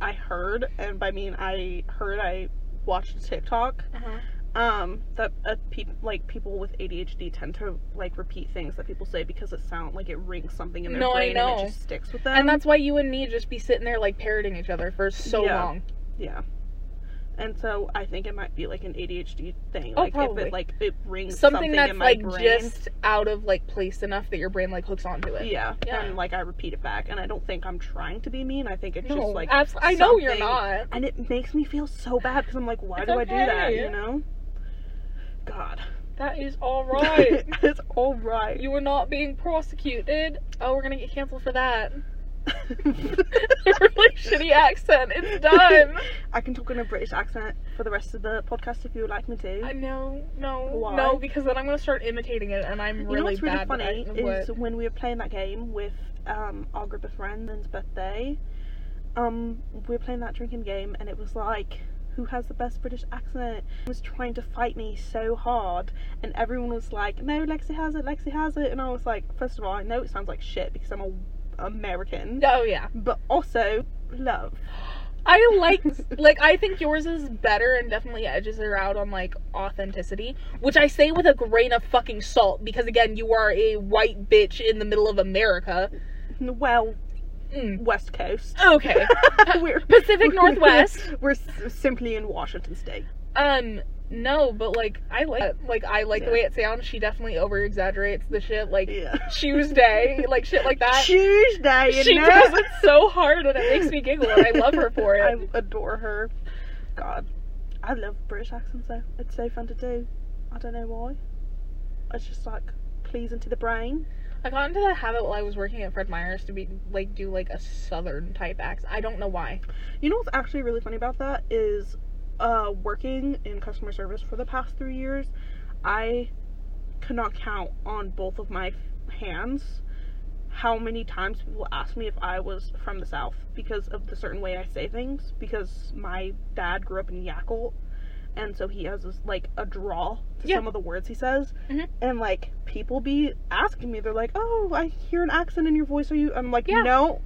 Speaker 2: I heard and by mean I heard I watched a TikTok
Speaker 1: Uh-huh.
Speaker 2: um that uh, peop like people with ADHD tend to like repeat things that people say because it sound like it rings something in their
Speaker 1: No, I
Speaker 2: brain and
Speaker 1: know.
Speaker 2: it just sticks with them.
Speaker 1: And that's why you and me just be sitting there like parroting each other for so
Speaker 2: Yeah.
Speaker 1: long.
Speaker 2: Yeah. And so I think it might be like an ADHD thing.
Speaker 1: Oh,
Speaker 2: like if
Speaker 1: probably.
Speaker 2: it like it rings something,
Speaker 1: Something, that's
Speaker 2: in my
Speaker 1: like
Speaker 2: brain.
Speaker 1: just out of like place enough that your brain like hooks onto it.
Speaker 2: yeah,
Speaker 1: Yeah.
Speaker 2: and like I repeat it back, and I don't think I'm trying to be mean. I think it's
Speaker 1: No,
Speaker 2: just like,
Speaker 1: abs- I know you're
Speaker 2: something-
Speaker 1: not.
Speaker 2: and it makes me feel so bad because I'm like, why
Speaker 1: It's
Speaker 2: do I do that?
Speaker 1: okay.
Speaker 2: You know? God,
Speaker 1: That is all right.
Speaker 2: it's all right.
Speaker 1: you were not being prosecuted. Oh, we're gonna get canceled for that. really
Speaker 2: really
Speaker 1: shitty accent. It's done.
Speaker 2: I can talk in a British accent for the rest of the podcast if you would like me to.
Speaker 1: I no, no,
Speaker 2: Why?
Speaker 1: no, because then I'm gonna start imitating it, and I'm
Speaker 2: You know
Speaker 1: really
Speaker 2: what's really
Speaker 1: bad. with
Speaker 2: funny
Speaker 1: that.
Speaker 2: is
Speaker 1: What?
Speaker 2: when we were playing that game with um, our group of friends and's birthday. Um, we were playing that drinking game, and it was like, who has the best British accent? It was trying to fight me so hard, and everyone was like, no, Lexi has it, Lexi has it, and I was like, first of all, I know it sounds like shit because I'm a American,
Speaker 1: Oh yeah,
Speaker 2: but also love.
Speaker 1: I like like I think yours is better and definitely edges her out on like authenticity, which I say with a grain of fucking salt because again, you are a white bitch in the middle of America.
Speaker 2: Well,
Speaker 1: Mm.
Speaker 2: West Coast.
Speaker 1: Okay,
Speaker 2: we're
Speaker 1: Pacific Northwest.
Speaker 2: We're s- simply in Washington State.
Speaker 1: Um, no, but like I like like I like
Speaker 2: Yeah.
Speaker 1: the way it sounds. She definitely over exaggerates the shit like
Speaker 2: Yeah.
Speaker 1: Tuesday, like shit like that.
Speaker 2: Tuesday. you
Speaker 1: she
Speaker 2: know?
Speaker 1: does it so hard and it makes me giggle and I love her for it.
Speaker 2: I adore her. God, I love British accents though. It's so fun to do. I don't know why. It's just like pleasing to the brain.
Speaker 1: I got into that habit while I was working at Fred Meyer's to be like do like a southern type accent. I don't know why.
Speaker 2: You know what's actually really funny about that is, uh, working in customer service for the past three years, I could not count on both of my f- hands how many times people asked me if I was from the South because of the certain way I say things. Because my dad grew up in Yakult, and so he has this, like a drawl to
Speaker 1: Yeah.
Speaker 2: some of the words he says,
Speaker 1: Mhm.
Speaker 2: and like people be asking me, they're like, "Oh, I hear an accent in your voice. Are you?" I'm like,
Speaker 1: Yeah.
Speaker 2: "No."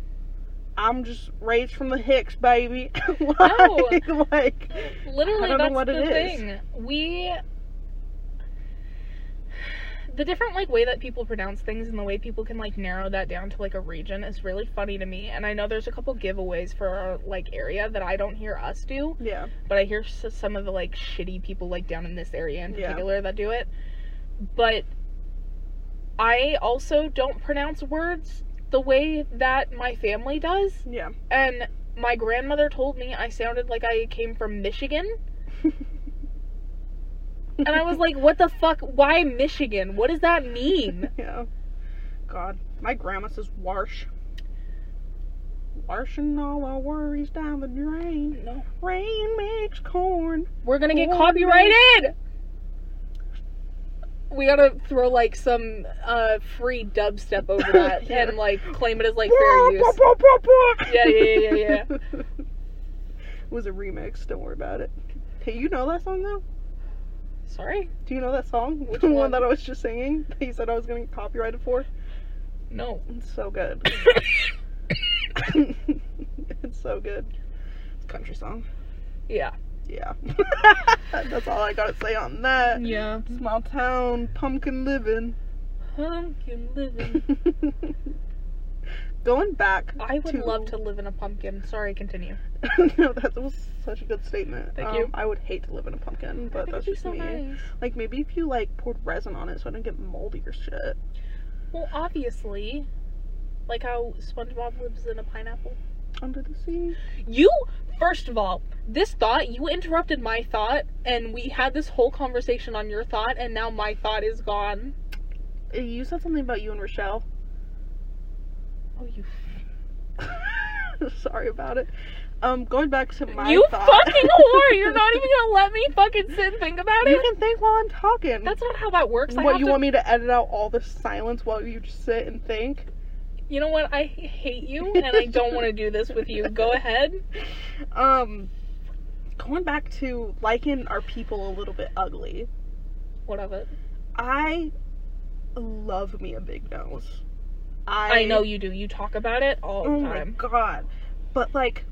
Speaker 2: I'm just raised from the Hicks, baby. like, like, I
Speaker 1: Literally
Speaker 2: don't know
Speaker 1: that's
Speaker 2: what
Speaker 1: the
Speaker 2: it is.
Speaker 1: thing. We the different like way that people pronounce things and the way people can like narrow that down to like a region is really funny to me. And I know there's a couple giveaways for our like area that I don't hear us do.
Speaker 2: yeah.
Speaker 1: but I hear s- some of the like shitty people like down in this area in
Speaker 2: Yeah.
Speaker 1: particular that do it. But I also don't pronounce words the way that my family does,
Speaker 2: Yeah.
Speaker 1: and my grandmother told me I sounded like I came from Michigan, and I was like, "What the fuck? Why Michigan? What does that mean?"
Speaker 2: yeah. God, my grandma says "warsh." Washing all our worries down the drain.
Speaker 1: No,
Speaker 2: Rain makes corn.
Speaker 1: we're gonna get
Speaker 2: Corn
Speaker 1: copyrighted. We gotta throw like some uh, free dubstep over that
Speaker 2: Yeah.
Speaker 1: and like claim it as like fair use. Yeah, yeah, yeah,
Speaker 2: yeah. it was a remix. Don't worry about it. Hey, you know that song though?
Speaker 1: Sorry.
Speaker 2: Do you know that song?
Speaker 1: Which
Speaker 2: the
Speaker 1: one?
Speaker 2: one that I was just singing? That you said I was going to get copyrighted for?
Speaker 1: No.
Speaker 2: It's so good. it's so good. It's a country song.
Speaker 1: yeah.
Speaker 2: Yeah. That's all I gotta say on that.
Speaker 1: Yeah.
Speaker 2: Small town, pumpkin living.
Speaker 1: Pumpkin living.
Speaker 2: Going back.
Speaker 1: I would love to live in a pumpkin. Sorry, continue.
Speaker 2: no, that was such a good statement. Um,
Speaker 1: Thank you.
Speaker 2: I would hate to live in a pumpkin, but that's
Speaker 1: it'd be
Speaker 2: just
Speaker 1: so
Speaker 2: me.
Speaker 1: nice.
Speaker 2: Like maybe if you like poured resin on it, so I don't get moldy or shit.
Speaker 1: Well, obviously, like how SpongeBob lives in a pineapple.
Speaker 2: Under the sea.
Speaker 1: You, first of all, this thought, you interrupted my thought, and we had this whole conversation on your thought, and now my thought is gone.
Speaker 2: Uh, Oh, You said something about you and Rochelle.
Speaker 1: Oh, you.
Speaker 2: Sorry about it. Um, going back to my
Speaker 1: you
Speaker 2: thought-
Speaker 1: fucking whore! You're not even gonna let me fucking sit and think about
Speaker 2: You
Speaker 1: it.
Speaker 2: can think while I'm talking.
Speaker 1: That's not how that works. I
Speaker 2: what
Speaker 1: have
Speaker 2: you
Speaker 1: to-
Speaker 2: want me to edit out all the silence while you just sit and think?
Speaker 1: You know what? I hate you, and I don't want to do this with you. Go ahead.
Speaker 2: Um, going back to liking our people a little bit ugly.
Speaker 1: What of it?
Speaker 2: I love me a big nose. I
Speaker 1: I know you do. You talk about it all
Speaker 2: Oh
Speaker 1: the
Speaker 2: my
Speaker 1: time.
Speaker 2: god! But like,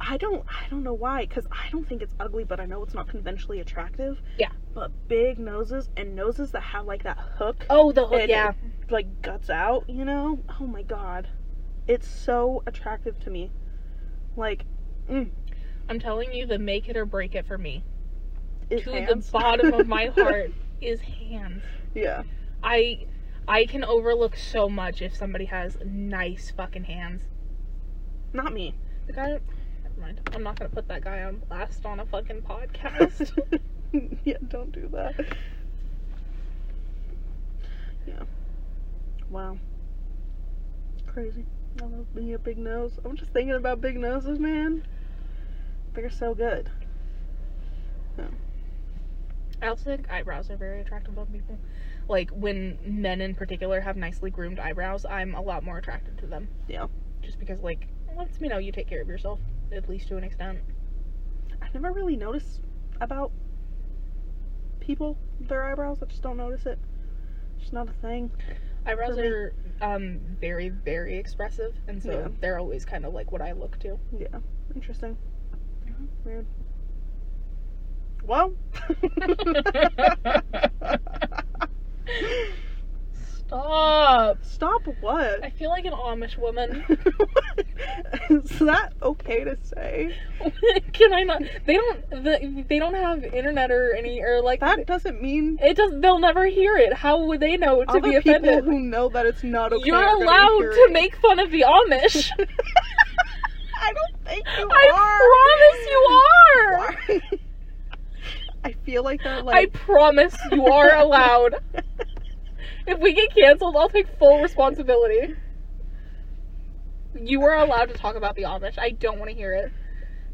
Speaker 2: I don't, I don't know why, because I don't think it's ugly, but I know it's not conventionally attractive.
Speaker 1: Yeah.
Speaker 2: But big noses and noses that have like that hook,
Speaker 1: Oh, the
Speaker 2: It-
Speaker 1: yeah.
Speaker 2: like guts out, you know? Oh my god, it's so attractive to me. Like,
Speaker 1: I'm telling you, the make it or break it for me
Speaker 2: it
Speaker 1: to
Speaker 2: hands.
Speaker 1: the bottom of my heart is hands.
Speaker 2: yeah.
Speaker 1: I I can overlook so much if somebody has nice fucking hands.
Speaker 2: Not me.
Speaker 1: The guy. Never mind. I'm not gonna put that guy on blast on a fucking podcast.
Speaker 2: yeah, don't do that. Yeah. Wow. Crazy. I love being a big nose. I'm just thinking about big noses, man. They're so good.
Speaker 1: I also think eyebrows are very attractive on people. Like when men in particular have nicely groomed eyebrows, I'm a lot more attracted to them.
Speaker 2: Yeah.
Speaker 1: Just because like it lets me know you take care of yourself at least to an extent.
Speaker 2: I never really noticed about people their eyebrows. I just don't notice it. It's just not a thing.
Speaker 1: Eyebrows
Speaker 2: For me.
Speaker 1: are um very very expressive, and so
Speaker 2: Yeah.
Speaker 1: they're always kind of like what I look to.
Speaker 2: Yeah. Interesting.
Speaker 1: Mm-hmm.
Speaker 2: Weird. Well.
Speaker 1: Stop.
Speaker 2: Stop what?
Speaker 1: I feel like an Amish woman.
Speaker 2: Is that okay to say?
Speaker 1: Can I not? They don't. The, they don't have internet or any or like
Speaker 2: That doesn't mean
Speaker 1: It does. They'll never hear it. How would they know to
Speaker 2: other
Speaker 1: be
Speaker 2: people
Speaker 1: offended?
Speaker 2: who know that it's not okay. are
Speaker 1: You're
Speaker 2: gonna
Speaker 1: allowed
Speaker 2: hear
Speaker 1: to
Speaker 2: it.
Speaker 1: make fun of the Amish.
Speaker 2: I don't think you
Speaker 1: I
Speaker 2: are.
Speaker 1: promise you are.
Speaker 2: Why? I feel like they're
Speaker 1: I
Speaker 2: like.
Speaker 1: promise you are allowed. if we get canceled, I'll take full responsibility. You are allowed to talk about the Amish. I don't want to hear it.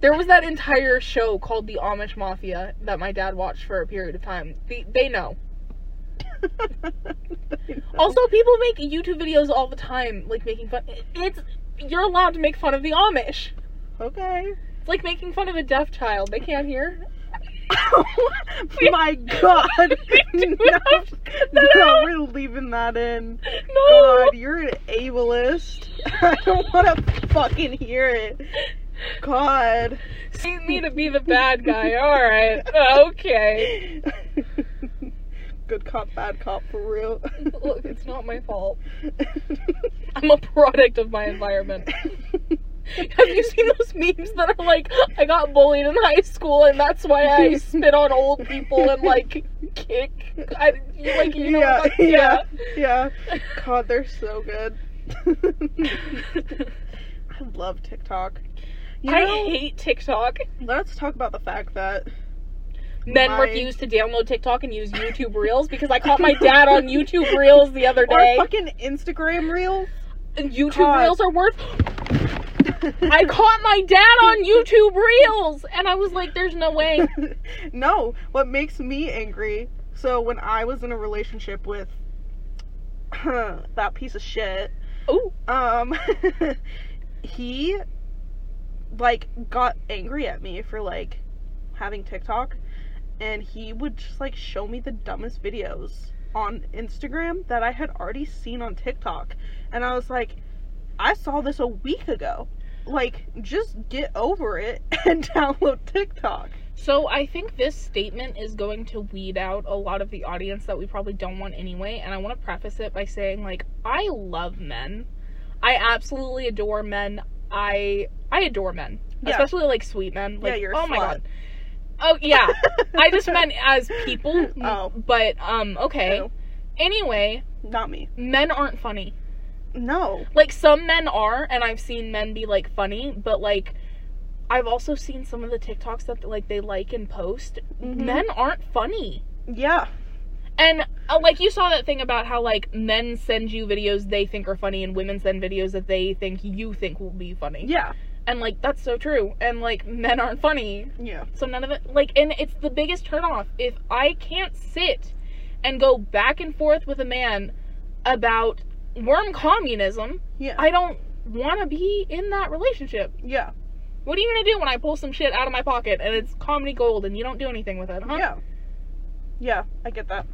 Speaker 1: There was that entire show called The Amish Mafia that my dad watched for a period of time. They, they know. Also, people make YouTube videos all the time, like making fun. It's you're allowed to make fun of the Amish.
Speaker 2: okay.
Speaker 1: It's like making fun of a deaf child. They can't hear.
Speaker 2: My God.
Speaker 1: do
Speaker 2: no,
Speaker 1: have that
Speaker 2: no,
Speaker 1: out.
Speaker 2: we're leaving that in.
Speaker 1: No.
Speaker 2: God, you're an ableist. I don't want to fucking hear it. God.
Speaker 1: You need to be the bad guy. All right. Okay.
Speaker 2: Good cop, bad cop, for real.
Speaker 1: Look, it's not my fault. I'm a product of my environment. Have you seen those memes that are like, I got bullied in high school and that's why I spit on old people and like kick? I, you, like, you know,
Speaker 2: yeah,
Speaker 1: like,
Speaker 2: yeah,
Speaker 1: yeah.
Speaker 2: yeah. God, they're so good. I love TikTok. You
Speaker 1: I
Speaker 2: know,
Speaker 1: hate TikTok.
Speaker 2: let's talk about the fact that
Speaker 1: Men
Speaker 2: My-
Speaker 1: refuse to download TikTok and use YouTube Reels because I caught my dad on YouTube Reels the other day.
Speaker 2: our fucking Instagram reels.
Speaker 1: And YouTube
Speaker 2: God.
Speaker 1: Reels are worth I caught my dad on YouTube Reels, and I was like, "There's no way."
Speaker 2: no, what makes me angry. So when I was in a relationship with that piece of shit,
Speaker 1: Oh,
Speaker 2: um he like got angry at me for like having TikTok and he would just like show me the dumbest videos on Instagram that I had already seen on TikTok and I was like I saw this a week ago like just get over it and download TikTok
Speaker 1: so I think this statement is going to weed out a lot of the audience that we probably don't want anyway. And I want to preface it by saying, like, I love men. I absolutely adore men. I I adore men,
Speaker 2: Yeah.
Speaker 1: especially like sweet men. Like,
Speaker 2: yeah you're a
Speaker 1: oh my
Speaker 2: slut.
Speaker 1: god. Oh yeah. I just meant as people.
Speaker 2: Oh.
Speaker 1: But um, okay.
Speaker 2: Ew.
Speaker 1: Anyway,
Speaker 2: not me
Speaker 1: men aren't funny.
Speaker 2: no
Speaker 1: like some men are and i've seen men be like funny but like i've also seen some Mm-hmm. of the tiktoks that like they like and post
Speaker 2: Mhm.
Speaker 1: men aren't funny
Speaker 2: yeah
Speaker 1: And uh, like you saw that thing about how like men send you videos they think are funny and women send videos that they think you think will be funny.
Speaker 2: Yeah.
Speaker 1: And like that's so true. And like men aren't funny.
Speaker 2: Yeah.
Speaker 1: So none of it like and it's the biggest turnoff. If I can't sit and go back and forth with a man about worm communism,
Speaker 2: Yeah.
Speaker 1: I don't wanna be in that relationship.
Speaker 2: yeah.
Speaker 1: What are you gonna do when I pull some shit out of my pocket and it's comedy gold and you don't do anything with it, huh?
Speaker 2: Yeah. Yeah. I get that.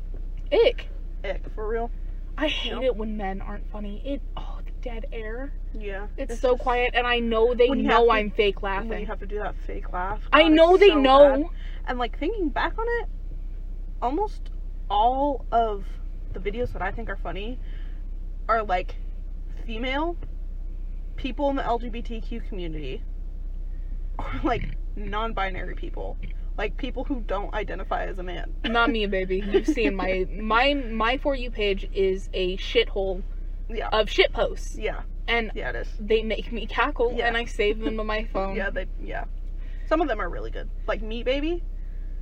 Speaker 1: Ick.
Speaker 2: Ick for real.
Speaker 1: I hate
Speaker 2: Yep.
Speaker 1: it when men aren't funny. It oh the dead air.
Speaker 2: Yeah.
Speaker 1: It's, so
Speaker 2: just-
Speaker 1: quiet and I know they
Speaker 2: When you
Speaker 1: know
Speaker 2: have to-
Speaker 1: I'm fake
Speaker 2: When you
Speaker 1: laughing.
Speaker 2: have to do that fake laugh.
Speaker 1: I
Speaker 2: God,
Speaker 1: know
Speaker 2: it's
Speaker 1: they
Speaker 2: so
Speaker 1: know.
Speaker 2: bad. And like thinking back on it, almost all of the videos that I think are funny are like female people in the LGBTQ community or like non-binary people, like people who don't identify as a man.
Speaker 1: Not me, baby. You've seen my my my for you page is a shithole
Speaker 2: Yeah.
Speaker 1: of shit posts,
Speaker 2: yeah.
Speaker 1: and
Speaker 2: Yeah, it is.
Speaker 1: they make me cackle,
Speaker 2: Yeah.
Speaker 1: and I save them on my phone.
Speaker 2: Yeah, they yeah. Some of them are really good. Like me baby.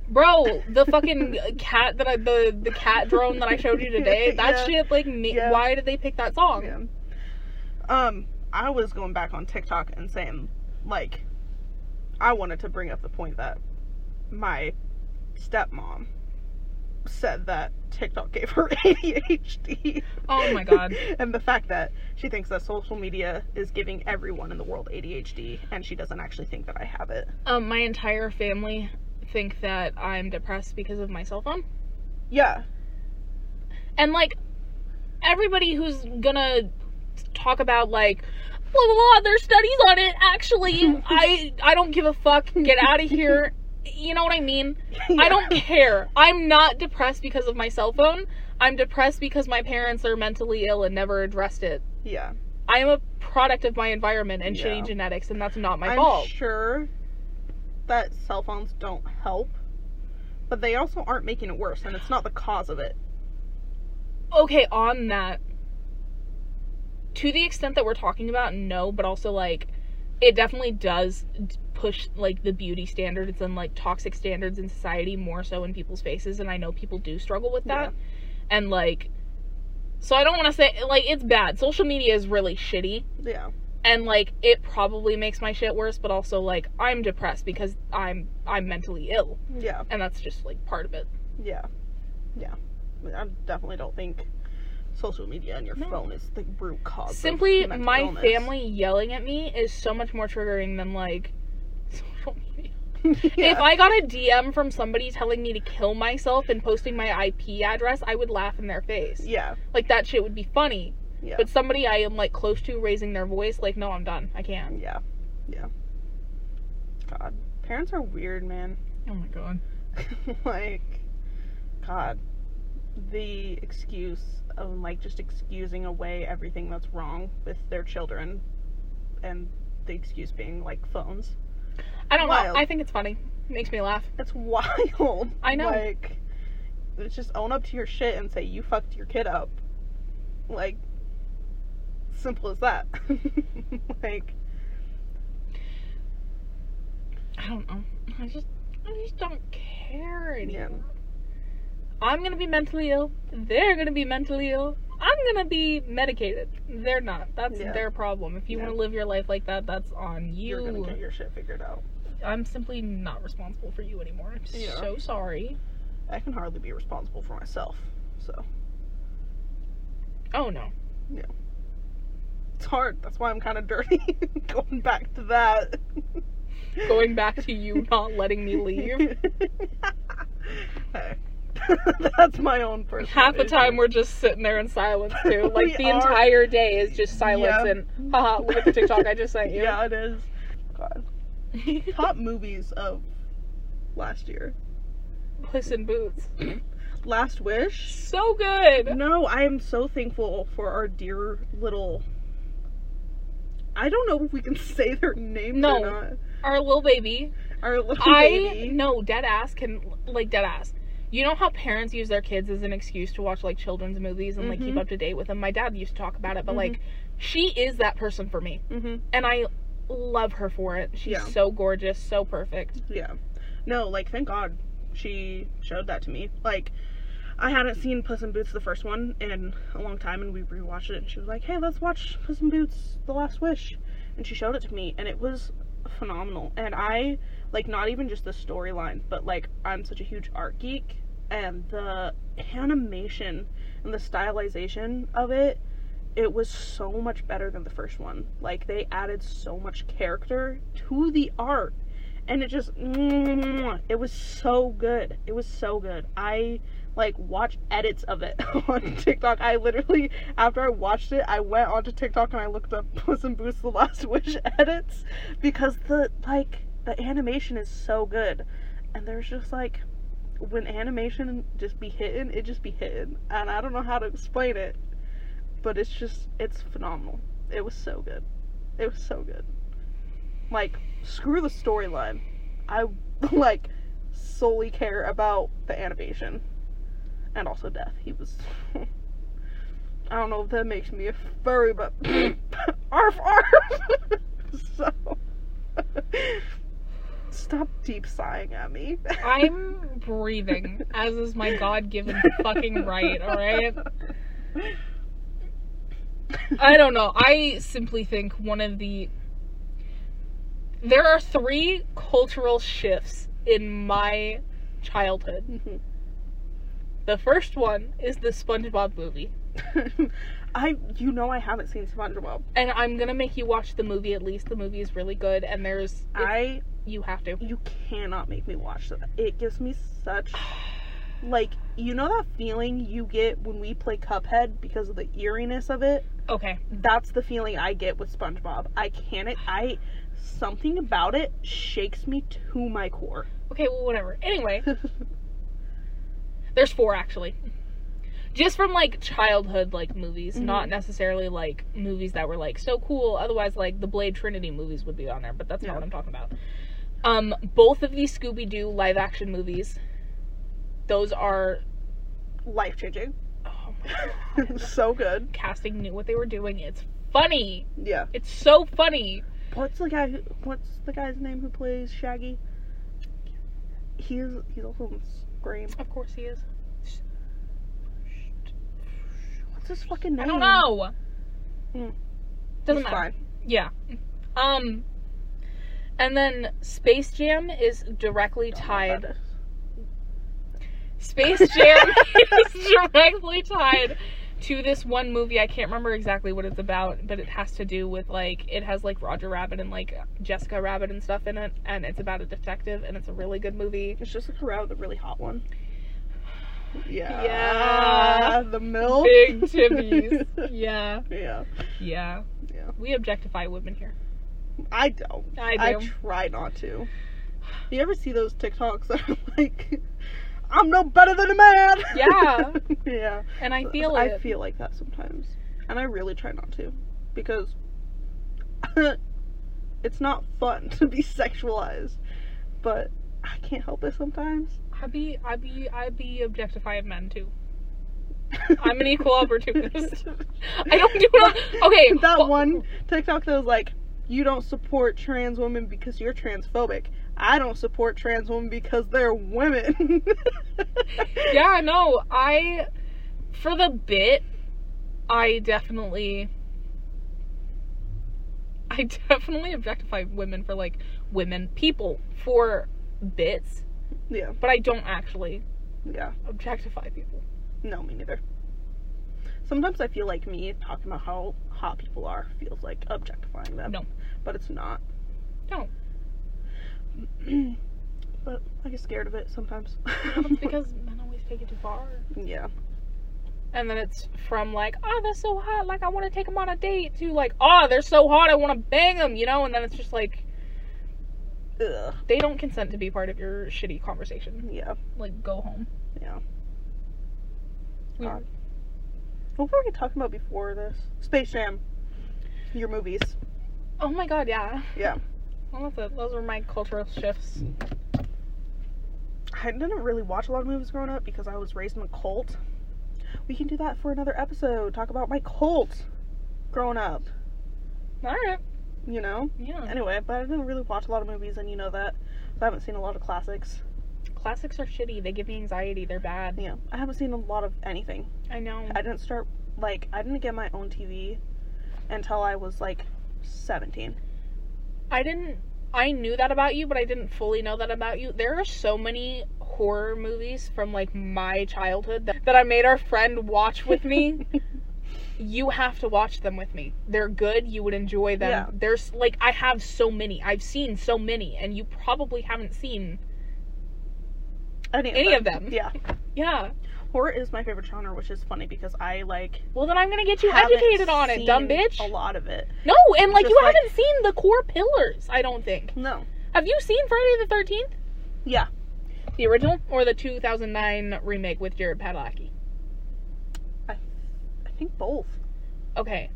Speaker 1: Bro, the fucking cat that I the the cat drone that I showed you today, that
Speaker 2: Yeah.
Speaker 1: shit like me,
Speaker 2: Yeah.
Speaker 1: why did they pick that song?
Speaker 2: Yeah. Um, I was going back on TikTok and saying, like, I wanted to bring up the point that my stepmom said that TikTok gave her ADHD.
Speaker 1: Oh my god.
Speaker 2: and the fact that she thinks that social media is giving everyone in the world ADHD, and she doesn't actually think that I have it.
Speaker 1: Um, my entire family think that I'm depressed because of my cell phone.
Speaker 2: Yeah.
Speaker 1: And like everybody who's gonna talk about like blah blah blah, there's studies on it. Actually, I I don't give a fuck. Get out of here. You know what I mean? I don't care. I'm not depressed because of my cell phone. I'm depressed because my parents are mentally ill and never addressed it.
Speaker 2: Yeah.
Speaker 1: I am a product of my environment and
Speaker 2: Yeah.
Speaker 1: shitty genetics, and that's not my
Speaker 2: I'm
Speaker 1: fault.
Speaker 2: sure that cell phones don't help, but they also aren't making it worse, and it's not the cause of it.
Speaker 1: okay, on that, to the extent that we're talking about, no, but also like it definitely does d- push like the beauty standards and like toxic standards in society more so in people's faces, and I know people do struggle with that, and like. So I don't want to say like it's bad. Social media is really shitty
Speaker 2: Yeah.
Speaker 1: and like it probably makes my shit worse, but also like I'm depressed because I'm I'm mentally ill
Speaker 2: Yeah,
Speaker 1: and that's just like part of it.
Speaker 2: yeah, yeah. I mean, I definitely don't think social media and your
Speaker 1: No.
Speaker 2: phone is the root cause. of
Speaker 1: Simply,
Speaker 2: mental
Speaker 1: my
Speaker 2: illness.
Speaker 1: family yelling at me is so much more triggering than like social media.
Speaker 2: Yeah.
Speaker 1: If I got a DM from somebody telling me to kill myself and posting my IP address, I would laugh in their face.
Speaker 2: yeah,
Speaker 1: Like that shit would be funny.
Speaker 2: yeah,
Speaker 1: But somebody I am like close to raising their voice, like no, I'm done. I can't.
Speaker 2: yeah, yeah. God, parents are weird, man.
Speaker 1: Oh my god.
Speaker 2: like, God, the excuse of like just excusing away everything that's wrong with their children, and the excuse being like phones.
Speaker 1: I don't
Speaker 2: Wild.
Speaker 1: know. I think it's funny. Makes me laugh.
Speaker 2: It's wild.
Speaker 1: I know.
Speaker 2: Like, it's just own up to your shit and say you fucked your kid up. Like, simple as that. like,
Speaker 1: I don't know. I just I just don't care
Speaker 2: Yeah.
Speaker 1: anymore. I'm gonna be mentally ill. They're gonna be mentally ill. I'm gonna be medicated. They're not. That's
Speaker 2: Yeah.
Speaker 1: their problem. If you
Speaker 2: Yeah.
Speaker 1: want to live your life like that, that's on
Speaker 2: you. are gonna
Speaker 1: you.
Speaker 2: get your shit figured out.
Speaker 1: I'm simply not responsible for you anymore. I'm
Speaker 2: Yeah.
Speaker 1: so sorry.
Speaker 2: I can hardly be responsible for myself, so
Speaker 1: Oh no.
Speaker 2: it's hard. That's why I'm kind of dirty. Going back to that.
Speaker 1: Going back to you not letting me leave.
Speaker 2: hey. That's my own personal.
Speaker 1: Half the time
Speaker 2: issue.
Speaker 1: we're just sitting there in silence too. Like
Speaker 2: We
Speaker 1: the
Speaker 2: are.
Speaker 1: entire day is just silence
Speaker 2: Yeah.
Speaker 1: and haha, look at the TikTok I just sent you.
Speaker 2: Yeah, it is. God. Top movies of last year.
Speaker 1: Puss in Boots.
Speaker 2: Last Wish.
Speaker 1: So good.
Speaker 2: No, I am so thankful for our dear little. I don't know if we can say their names
Speaker 1: No.
Speaker 2: or not.
Speaker 1: Our little baby
Speaker 2: Our little
Speaker 1: I
Speaker 2: baby.
Speaker 1: no dead ass can like dead ass. You know how parents use their kids as an excuse to watch like children's movies and like keep
Speaker 2: Mhm.
Speaker 1: up to date with them. My dad used to talk about it, but
Speaker 2: Mhm.
Speaker 1: like she is that person for me,
Speaker 2: Mm-hmm.
Speaker 1: and I love her for it. She's
Speaker 2: Yeah.
Speaker 1: so gorgeous, so perfect.
Speaker 2: Yeah. No, like thank God she showed that to me. Like, I hadn't seen Puss in Boots the first one in a long time, and we rewatched it. And she was like, "Hey, let's watch Puss in Boots: The Last Wish," and she showed it to me, and it was phenomenal. And I like not even just the storyline, but like I'm such a huge art geek, and the animation and the stylization of it, it was so much better than the first one. Like they added so much character to the art, and it just it was so good. It was so good. I like watch edits of it on TikTok. I literally after I watched it, I went onto TikTok and I looked up Puss in Boots: The Last Wish edits because the like the animation is so good, and there's just like when animation just be hitting, it just be hitting, and I don't know how to explain it, but it's just it's phenomenal. It was so good. It was so good. Like screw the storyline. I like solely care about the animation and also death. He was. I don't know if that makes me a furry, but arf arf. so stop deep sighing at me.
Speaker 1: I'm breathing, as is my God given fucking right, alright? I don't know. I simply think one of the. There are three cultural shifts in my childhood. The first one is the SpongeBob movie,
Speaker 2: I you know I haven't seen SpongeBob.
Speaker 1: and I'm gonna make you watch the movie. At least the movie is really good, and there's it's-
Speaker 2: I
Speaker 1: you have to.
Speaker 2: you cannot make me watch that. It gives me such like you know that feeling you get when we play Cuphead because of the eeriness of it.
Speaker 1: Okay,
Speaker 2: that's the feeling I get with SpongeBob. I can't it I something about it shakes me to my core.
Speaker 1: okay, well, whatever. Anyway, there's four actually. Just from like childhood like movies,
Speaker 2: Mhm.
Speaker 1: not necessarily like movies that were like so cool. Otherwise, like the Blade Trinity movies would be on there, but that's
Speaker 2: Yeah.
Speaker 1: not what I'm talking about. Um, both of these Scooby Doo live action movies, those are
Speaker 2: Life changing.
Speaker 1: oh,
Speaker 2: so good.
Speaker 1: casting knew what they were doing. It's funny.
Speaker 2: Yeah.
Speaker 1: It's so funny.
Speaker 2: What's the guy who, what's the guy's name who plays Shaggy? He's he's also in Scream.
Speaker 1: Of course he is.
Speaker 2: What's his fucking name?
Speaker 1: I don't know.
Speaker 2: Mm.
Speaker 1: Doesn't
Speaker 2: It's
Speaker 1: matter. Yeah. Um and then Space Jam is directly
Speaker 2: Don't know what
Speaker 1: tied.
Speaker 2: that is.
Speaker 1: Space Jam is directly tied to this one movie. I can't remember exactly what it's about, but it has to do with like it has like Roger Rabbit and like Jessica Rabbit and stuff in it and it's about a detective and it's a really good movie.
Speaker 2: It's just a corral the really hot one. Yeah.
Speaker 1: Yeah.
Speaker 2: The milk.
Speaker 1: Big Timmies. yeah.
Speaker 2: yeah.
Speaker 1: Yeah.
Speaker 2: Yeah.
Speaker 1: We objectify women here.
Speaker 2: I don't.
Speaker 1: I do.
Speaker 2: I try not to. You ever see those TikToks that are like, I'm no better than a man?
Speaker 1: Yeah.
Speaker 2: yeah.
Speaker 1: and I feel
Speaker 2: Uh, I
Speaker 1: it.
Speaker 2: feel like that sometimes. And I really try not to. Because it's not fun to be sexualized. But I can't help it sometimes.
Speaker 1: I be I be I be objectifying men too. I'm an equal opportunist. I don't do it. on- Okay,
Speaker 2: that
Speaker 1: well-
Speaker 2: one TikTok that was like, you don't support trans women because you're transphobic. I don't support trans women because they're women.
Speaker 1: Yeah, no, I for the bit, I definitely, I definitely objectify women for like women people for bits,
Speaker 2: Yeah.
Speaker 1: but I don't actually
Speaker 2: Yeah.
Speaker 1: objectify people.
Speaker 2: No, me neither. Sometimes I feel like me talking about how hot people are feels like objectifying them.
Speaker 1: No.
Speaker 2: But it's not.
Speaker 1: No.
Speaker 2: but I get scared of it sometimes.
Speaker 1: It's because men always take it too far.
Speaker 2: yeah.
Speaker 1: And then it's from like, oh, they're so hot, like I want to take them on a date, to like, oh, they're so hot, I want to bang them, you know. And then it's just like
Speaker 2: Ugh.
Speaker 1: they don't consent to be part of your shitty conversation.
Speaker 2: Yeah.
Speaker 1: Like, go home.
Speaker 2: Yeah.
Speaker 1: We-
Speaker 2: God. What were we talking about before this? Space Jam. Your movies.
Speaker 1: Oh my god, yeah.
Speaker 2: Yeah. Mm-hmm.
Speaker 1: Well, that's it. Those were my cultural shifts.
Speaker 2: I didn't really watch a lot of movies growing up because I was raised in a cult. We can do that for another episode. Talk about my cult growing up,
Speaker 1: All right.
Speaker 2: you know?
Speaker 1: Yeah.
Speaker 2: Anyway, but I didn't really watch a lot of movies, and you know that. So I haven't seen a lot of classics.
Speaker 1: Plastics are shitty. They give me anxiety. They're bad.
Speaker 2: Yeah, I haven't seen a lot of anything.
Speaker 1: I know.
Speaker 2: I didn't start like I didn't get my own TV until I was like 17.
Speaker 1: I didn't. I knew that about you, but I didn't fully know that about you. There are so many horror movies from like my childhood that, that I made our friend watch with me. you have to watch them with me. They're good. You would enjoy them.
Speaker 2: Yeah.
Speaker 1: There's like I have so many. I've seen so many, and you probably haven't seen
Speaker 2: Any,
Speaker 1: any of them.
Speaker 2: Yeah.
Speaker 1: Yeah.
Speaker 2: Horror is my favorite genre, which is funny because I like
Speaker 1: Well, then I'm gonna get you
Speaker 2: haven't
Speaker 1: educated on it, dumb
Speaker 2: seen
Speaker 1: bitch.
Speaker 2: A lot of it.
Speaker 1: No, and like
Speaker 2: Just
Speaker 1: you
Speaker 2: like-
Speaker 1: haven't seen the core pillars. I don't think.
Speaker 2: No.
Speaker 1: Have you seen Friday the Thirteenth?
Speaker 2: Yeah.
Speaker 1: The original or the 2009 remake with Jared Padalecki?
Speaker 2: I think both.
Speaker 1: Okay,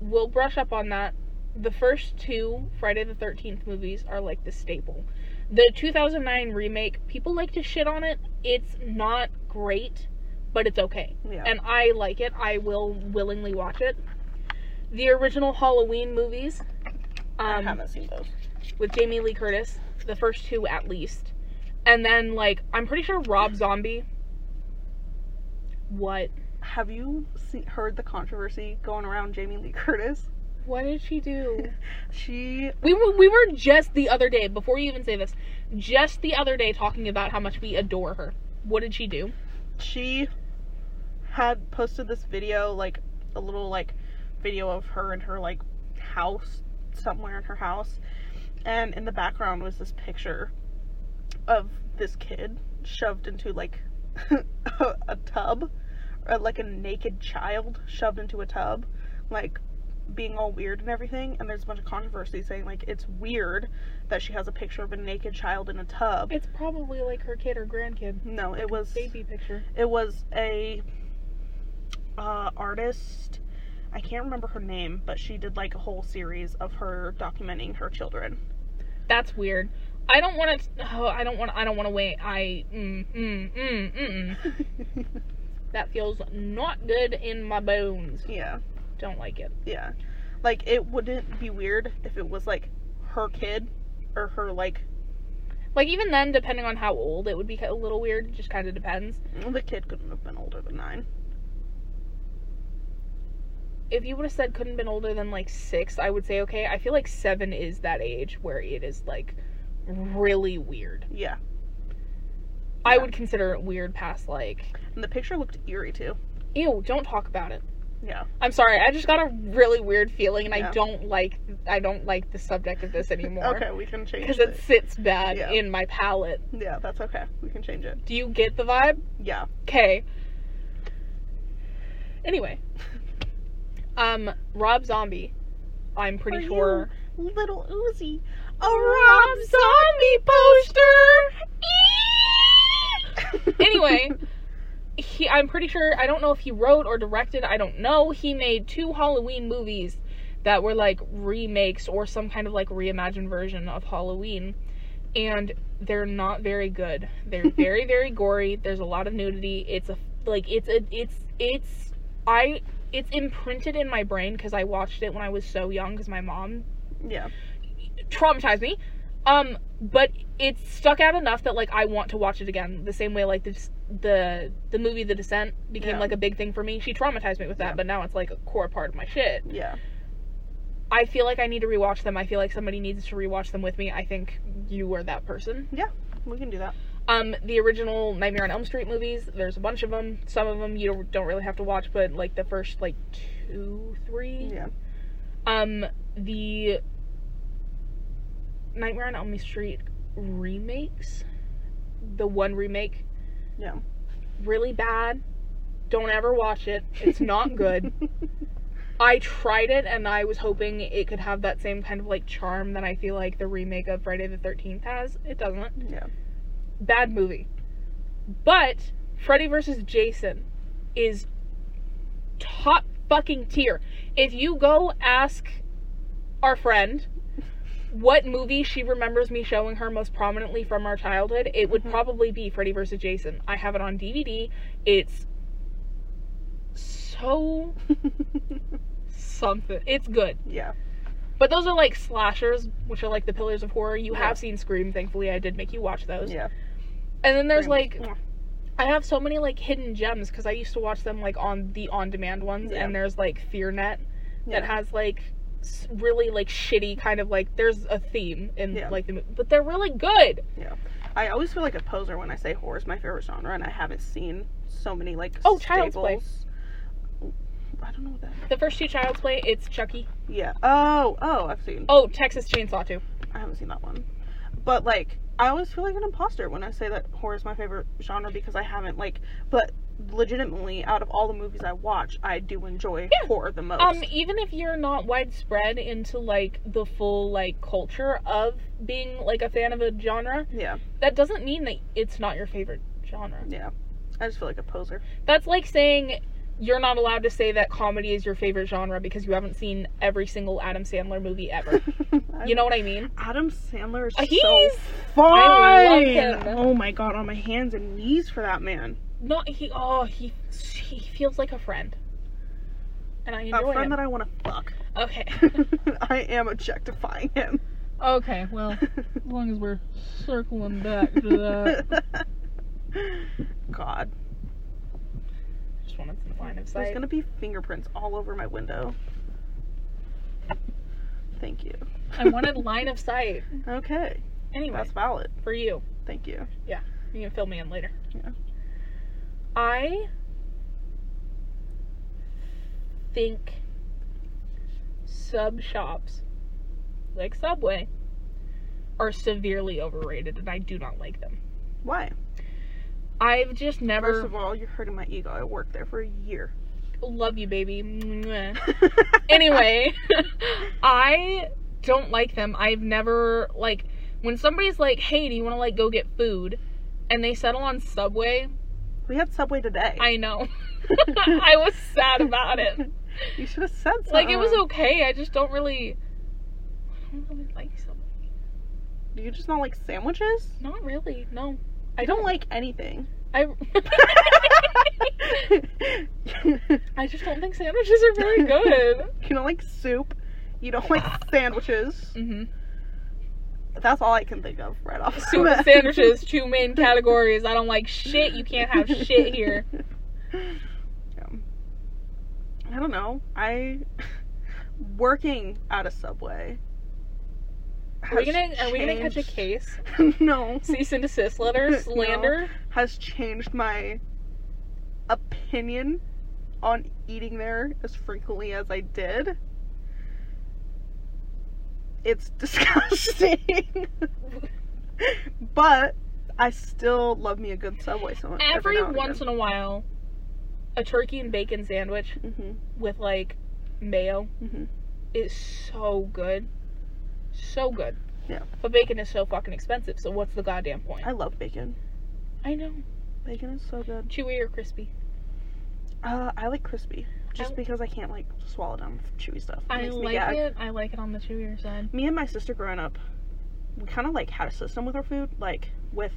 Speaker 1: we'll brush up on that. The first two Friday the 13th movies are like the staple. The 2009 remake, people like to shit on it. It's not great, but it's okay.
Speaker 2: Yeah.
Speaker 1: And I like it. I will willingly watch it. The original Halloween movies
Speaker 2: I
Speaker 1: um,
Speaker 2: haven't seen those.
Speaker 1: with Jamie Lee Curtis, the first two at least. And then, like, I'm pretty sure Rob Zombie. What?
Speaker 2: Have you see, heard the controversy going around Jamie Lee Curtis?
Speaker 1: What did she do?
Speaker 2: She
Speaker 1: We were, we were just the other day, before you even say this, just the other day talking about how much we adore her. What did she do?
Speaker 2: she had posted this video like a little like video of her in her like house somewhere in her house and in the background was this picture of this kid shoved into like a, a tub or like a naked child shoved into a tub like being all weird and everything and there's a bunch of controversy saying like it's weird that she has a picture of a naked child in a tub
Speaker 1: It's probably like her kid or grandkid.
Speaker 2: no it was
Speaker 1: Baby picture.
Speaker 2: it was a uh, artist i can't remember her name but she did like a whole series of her documenting her children
Speaker 1: That's weird. I don't want to. Oh, I don't want. I don't want to wait. I. Mm, mm, mm, mm, mm. That feels not good in my bones.
Speaker 2: yeah
Speaker 1: Don't like it.
Speaker 2: yeah like it wouldn't be weird if it was like her kid or her like
Speaker 1: Like even then, depending on how old, it would be a little weird. It just kind of depends.
Speaker 2: well, the kid couldn't have been older than nine
Speaker 1: if you would have said couldn't been older than like six, I would say okay. I feel like seven is that age where it is like really weird.
Speaker 2: yeah
Speaker 1: I
Speaker 2: Yeah.
Speaker 1: would consider it weird past like
Speaker 2: and the picture looked eerie too
Speaker 1: ew, don't talk about it.
Speaker 2: yeah
Speaker 1: I'm sorry, I just got a really weird feeling and
Speaker 2: Yeah.
Speaker 1: I don't like I don't like the subject of this anymore.
Speaker 2: okay we can change
Speaker 1: Because
Speaker 2: it
Speaker 1: it sits bad
Speaker 2: Yeah.
Speaker 1: in my palate.
Speaker 2: yeah that's okay we can change it
Speaker 1: Do you get the vibe?
Speaker 2: yeah
Speaker 1: Okay. Anyway. Um, Rob Zombie, I'm pretty
Speaker 2: Are you
Speaker 1: sure
Speaker 2: little Uzi
Speaker 1: A Rob Zombie poster. Anyway. he, I'm pretty sure. I don't know if he wrote or directed. I don't know. He made two Halloween movies that were like remakes or some kind of like reimagined version of Halloween, and they're not very good. They're very very gory. There's a lot of nudity. It's a like it's a it's it's I it's imprinted in my brain because I watched it when I was so young because my mom
Speaker 2: yeah
Speaker 1: traumatized me. Um, but it stuck out enough that like I want to watch it again. The same way like the the the movie The Descent became
Speaker 2: Yeah.
Speaker 1: like a big thing for me. She traumatized me with that,
Speaker 2: Yeah.
Speaker 1: but now it's like a core part of my shit.
Speaker 2: yeah
Speaker 1: I feel like I need to rewatch them. I feel like somebody needs to rewatch them with me. I think you are that person.
Speaker 2: we can do that
Speaker 1: Um, the original Nightmare on Elm Street movies. There's a bunch of them. Some of them you don't, don't really have to watch, but like the first like two, three,
Speaker 2: yeah
Speaker 1: um the Nightmare on Elm Street remakes, the one remake,
Speaker 2: yeah
Speaker 1: really bad. Don't ever watch it. It's not good. I tried it and I was hoping it could have that same kind of like charm that I feel like the remake of Friday the 13th has. It doesn't.
Speaker 2: yeah.
Speaker 1: Bad movie. But Freddy vs. Jason is top fucking tier. If you go ask our friend what movie she remembers me showing her most prominently from our childhood, it would
Speaker 2: Mhm.
Speaker 1: probably be Freddy vs. Jason. I have it on DVD. It's so something. It's good.
Speaker 2: yeah.
Speaker 1: But those are like slashers, which are like the pillars of horror. You
Speaker 2: Yeah.
Speaker 1: have seen Scream, thankfully. I did make you watch those.
Speaker 2: Yeah.
Speaker 1: And then there's
Speaker 2: Pretty
Speaker 1: like
Speaker 2: much.
Speaker 1: I have so many like hidden gems because I used to watch them like on the on demand ones,
Speaker 2: Yeah.
Speaker 1: and there's like FearNet
Speaker 2: Yeah.
Speaker 1: that has like s- really like shitty kind of like there's a theme in
Speaker 2: Yeah.
Speaker 1: like the mo- but they're really good.
Speaker 2: I always feel like a poser when I say horror is my favorite genre, and I haven't seen so many like
Speaker 1: Oh, Child's Play.
Speaker 2: staples. I don't know what that.
Speaker 1: The first two Child's Play, it's Chucky.
Speaker 2: Yeah. Oh, oh, I've seen.
Speaker 1: Oh, Texas Chainsaw too.
Speaker 2: I haven't seen that one. But like, I always feel like an imposter when I say that horror is my favorite genre because I haven't like. But legitimately, out of all the movies I watch, I do enjoy
Speaker 1: Yeah.
Speaker 2: horror the most.
Speaker 1: Um, even if you're not widespread into like the full like culture of being like a fan of a genre,
Speaker 2: yeah,
Speaker 1: that doesn't mean that it's not your favorite genre.
Speaker 2: yeah. I just feel like a poser.
Speaker 1: That's like saying you're not allowed to say that comedy is your favorite genre because you haven't seen every single Adam Sandler movie ever. you know what I mean?
Speaker 2: Adam Sandler is
Speaker 1: Uh, He's
Speaker 2: so fine.
Speaker 1: I love him.
Speaker 2: Oh my god, on my hands and knees for that man.
Speaker 1: not he. Oh, he he feels like a friend, and I enjoy
Speaker 2: a friend
Speaker 1: him.
Speaker 2: that I want to fuck.
Speaker 1: okay.
Speaker 2: I am objectifying him.
Speaker 1: Okay. Well, as long as we're circling back to that,
Speaker 2: God,
Speaker 1: just wanted some line
Speaker 2: there's
Speaker 1: of sight.
Speaker 2: gonna be fingerprints all over my window. Thank you.
Speaker 1: I wanted line of sight.
Speaker 2: Okay,
Speaker 1: Anyway,
Speaker 2: that's valid.
Speaker 1: for you,
Speaker 2: Thank you.
Speaker 1: you can fill me in later.
Speaker 2: Yeah.
Speaker 1: I think sub shops like Subway are severely overrated, and I do not like them.
Speaker 2: Why?
Speaker 1: I've just
Speaker 2: First
Speaker 1: never
Speaker 2: of all, you're hurting my ego. I worked there for a year.
Speaker 1: love you, baby. Mwah. anyway, I don't like them. I've never like when somebody's like, "Hey, do you want to like go get food?" and they settle on Subway.
Speaker 2: we had Subway today.
Speaker 1: I know. I was sad about it.
Speaker 2: You should have said something.
Speaker 1: Like it was okay. I just don't really I don't really like Subway.
Speaker 2: Do you just not like sandwiches?
Speaker 1: Not really. No. I
Speaker 2: I don't like anything.
Speaker 1: I I just don't think sandwiches are very good.
Speaker 2: You don't like soup. You don't like sandwiches.
Speaker 1: Mhm.
Speaker 2: That's all I can think of right off. the
Speaker 1: Soup and
Speaker 2: bat.
Speaker 1: sandwiches, two main categories. I don't like shit. You can't have shit here.
Speaker 2: Um, I don't know. I working at a subway.
Speaker 1: Are we
Speaker 2: has
Speaker 1: gonna are we gonna catch a
Speaker 2: changed-
Speaker 1: case?
Speaker 2: no.
Speaker 1: Cease and desist letter,
Speaker 2: No.
Speaker 1: slander.
Speaker 2: Has changed my opinion on eating there as frequently as I did. It's disgusting. but I still love me a good subway sandwich.
Speaker 1: Every once in a while, a turkey and bacon sandwich
Speaker 2: hmm
Speaker 1: with like mayo
Speaker 2: hmm
Speaker 1: is so good, so good.
Speaker 2: Yeah.
Speaker 1: But bacon is so fucking expensive. So what's the goddamn point?
Speaker 2: I love bacon.
Speaker 1: I know.
Speaker 2: Bacon is so good.
Speaker 1: Chewy or crispy?
Speaker 2: Uh, I like crispy, just
Speaker 1: I-
Speaker 2: because I can't like swallow down chewy stuff. It
Speaker 1: I
Speaker 2: makes me
Speaker 1: like
Speaker 2: gag.
Speaker 1: it. I like it on the chewier side.
Speaker 2: Me and my sister growing up, we kind of like had a system with our food, like with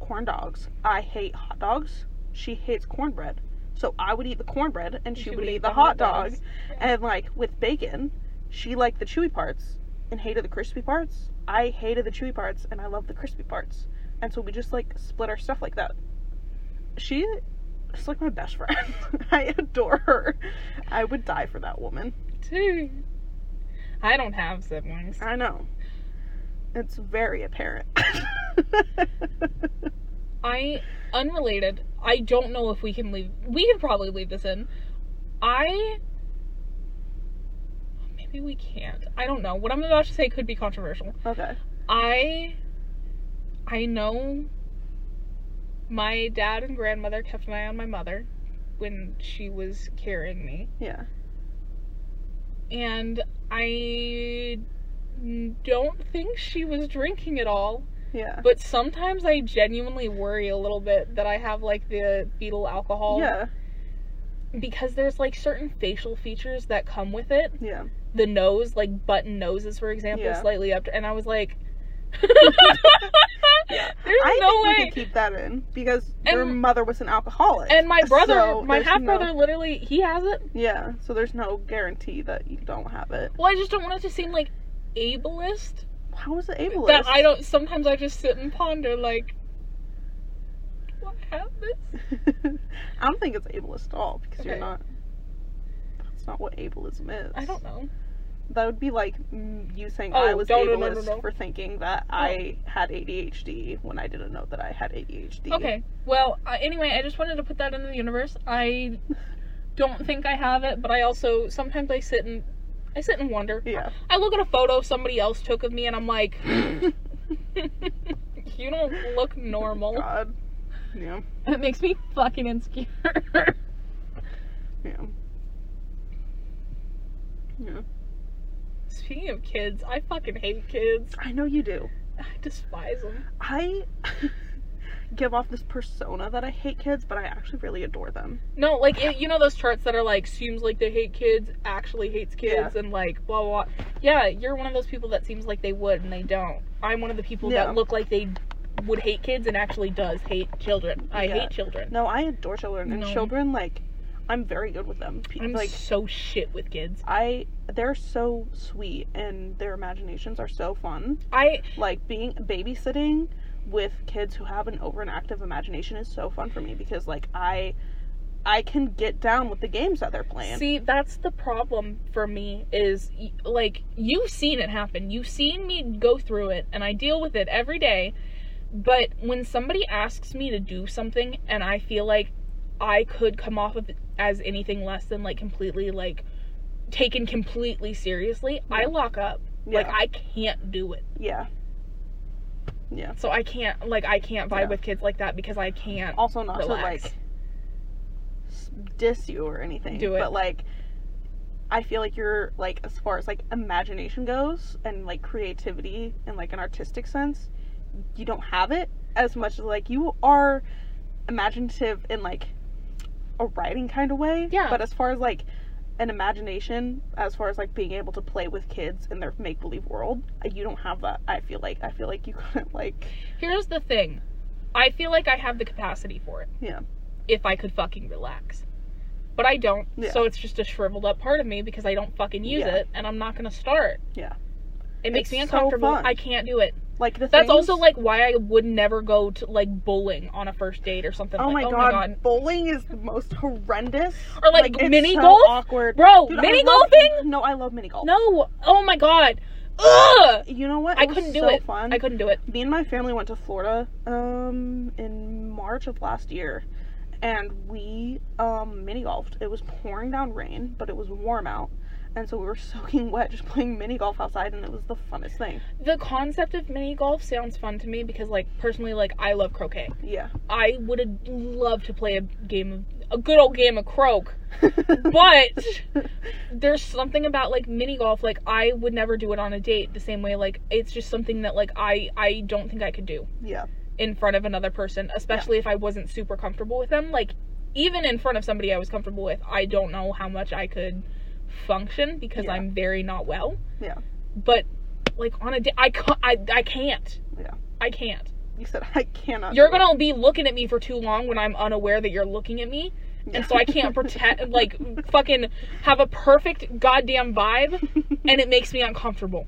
Speaker 2: corn dogs. I hate hot dogs. She hates cornbread. So I would eat the cornbread and she, would eat the, hot dog.
Speaker 1: dogs.
Speaker 2: And like with bacon, she liked the chewy parts and hated the crispy parts. I hated the chewy parts and I loved the crispy parts. And so we just like split our stuff like that. She is like my best friend. I adore her. I would die for that woman.
Speaker 1: Chewy. I don't have siblings.
Speaker 2: I know. It's very apparent.
Speaker 1: I unrelated. I don't know if we can leave. We can probably leave this in. I maybe we can't. I don't know. What I'm about to say could be controversial.
Speaker 2: okay.
Speaker 1: I I know my dad and grandmother kept an eye on my mother when she was carrying me,
Speaker 2: Yeah.
Speaker 1: and I don't think she was drinking at all.
Speaker 2: Yeah.
Speaker 1: But sometimes I genuinely worry a little bit that I have like the fetal alcohol.
Speaker 2: Yeah.
Speaker 1: Because there's like certain facial features that come with it.
Speaker 2: Yeah.
Speaker 1: The nose, like button noses, for example,
Speaker 2: Yeah.
Speaker 1: slightly up. And I was like,
Speaker 2: Yeah.
Speaker 1: there's
Speaker 2: I
Speaker 1: no
Speaker 2: think we
Speaker 1: way.
Speaker 2: could keep that in because
Speaker 1: And-
Speaker 2: your mother was an alcoholic.
Speaker 1: And my brother,
Speaker 2: So
Speaker 1: my
Speaker 2: there's
Speaker 1: half brother,
Speaker 2: no-
Speaker 1: literally, he has it.
Speaker 2: yeah. So there's no guarantee that you don't have it.
Speaker 1: Well, I just don't want it to seem like ableist.
Speaker 2: How is it ableist?
Speaker 1: That I don't. Sometimes I just sit and ponder, like, What have this?
Speaker 2: I don't think it's ableist at all because you're
Speaker 1: Okay.
Speaker 2: not. That's not what ableism is.
Speaker 1: I don't know.
Speaker 2: That would be like mm, you saying
Speaker 1: Oh,
Speaker 2: I was
Speaker 1: don't-
Speaker 2: ableist
Speaker 1: no, no, no, no. Oh.
Speaker 2: for thinking that I had ADHD when I didn't know that I had ADHD.
Speaker 1: Okay. Well, uh, anyway, I just wanted to put that in the universe. I don't think I have it, but I also sometimes I sit and I sit and wonder.
Speaker 2: Yeah.
Speaker 1: I look at a photo somebody else took of me, and I'm like, you don't look normal.
Speaker 2: God. Yeah.
Speaker 1: It makes me fucking insecure.
Speaker 2: Yeah. Yeah.
Speaker 1: Speaking of kids, I fucking hate kids.
Speaker 2: I know you do.
Speaker 1: I despise them.
Speaker 2: I give off this persona that I hate kids, but I actually really adore them.
Speaker 1: No, like it, you know those charts that are like seems like they hate kids, actually hates kids, and like blah, blah blah. Yeah, you're one of those people that seems like they would and they don't. I'm one of the people
Speaker 2: Yeah.
Speaker 1: that look like they would hate kids and actually does hate children. I
Speaker 2: Yeah.
Speaker 1: hate children.
Speaker 2: No, I adore children, and
Speaker 1: No.
Speaker 2: children like I'm very good with them. Pe-
Speaker 1: I'm
Speaker 2: like
Speaker 1: so shit with kids.
Speaker 2: I, they're so sweet, and their imaginations are so fun.
Speaker 1: I
Speaker 2: Like being babysitting with kids who have an over and active imagination is so fun for me because like I, I can get down with the games that they're playing.
Speaker 1: See, that's the problem for me is y- like you've seen it happen. You've seen me go through it and I deal with it every day. But when somebody asks me to do something and I feel like I could come off of it as anything less than like completely like taken completely seriously, I
Speaker 2: Yeah.
Speaker 1: lock up.
Speaker 2: yeah.
Speaker 1: Like I can't do it.
Speaker 2: yeah.
Speaker 1: So I can't like I can't vibe
Speaker 2: Yeah.
Speaker 1: with kids like that because I can't.
Speaker 2: Also, not
Speaker 1: Relax.
Speaker 2: to like s- diss you or anything.
Speaker 1: Do it.
Speaker 2: But like, I feel like you're like as far as like imagination goes and like creativity and like an artistic sense, you don't have it as much as like you are imaginative in like a writing kind of way.
Speaker 1: Yeah.
Speaker 2: But as far as like an imagination, as far as like being able to play with kids in their make believe world, you don't have that. I feel like I feel like you couldn't like
Speaker 1: Here's the thing. I feel like I have the capacity for it.
Speaker 2: Yeah.
Speaker 1: If I could fucking relax. But I don't.
Speaker 2: Yeah.
Speaker 1: So it's just a shriveled up part of me because I don't fucking use
Speaker 2: Yeah.
Speaker 1: it and I'm not going to start.
Speaker 2: Yeah.
Speaker 1: It makes
Speaker 2: It's
Speaker 1: me
Speaker 2: so
Speaker 1: uncomfortable.
Speaker 2: fun.
Speaker 1: I can't do it.
Speaker 2: like the
Speaker 1: That's
Speaker 2: things-
Speaker 1: also like why I would never go to like bowling on a first date or something
Speaker 2: Oh, my,
Speaker 1: like oh
Speaker 2: god.
Speaker 1: my god.
Speaker 2: bowling is the most horrendous.
Speaker 1: Or like,
Speaker 2: it's
Speaker 1: mini
Speaker 2: so
Speaker 1: golf?
Speaker 2: awkward.
Speaker 1: Bro,
Speaker 2: Dude, I
Speaker 1: mini
Speaker 2: love-
Speaker 1: golfing?
Speaker 2: No, I love mini golf.
Speaker 1: No. Oh my god. Ugh.
Speaker 2: you know what?
Speaker 1: I
Speaker 2: It was
Speaker 1: couldn't do
Speaker 2: so
Speaker 1: it.
Speaker 2: Fun.
Speaker 1: I couldn't do it.
Speaker 2: Me and my family went to Florida um in March of last year, and we um mini golfed. It was pouring down rain, but it was warm out. And so we were soaking wet just playing mini golf outside, and it was the funnest thing.
Speaker 1: The concept of mini golf sounds fun to me because like personally like I love croquet.
Speaker 2: Yeah.
Speaker 1: I would love to play a game of a good old game of croak. But there's something about like mini golf like I would never do it on a date the same way like it's just something that like I I don't think I could do
Speaker 2: yeah,
Speaker 1: in front of another person, especially if I wasn't super comfortable with them. Like even in front of somebody I was comfortable with, I don't know how much I could function because
Speaker 2: Yeah.
Speaker 1: I'm very not well.
Speaker 2: Yeah.
Speaker 1: But like on a date I ca- I I can't.
Speaker 2: Yeah.
Speaker 1: I can't.
Speaker 2: you said I cannot.
Speaker 1: You're
Speaker 2: do it."
Speaker 1: gonna be looking at me for too long when I'm unaware that you're looking at me, and so I can't pretend like fucking have a perfect goddamn vibe, and it makes me uncomfortable.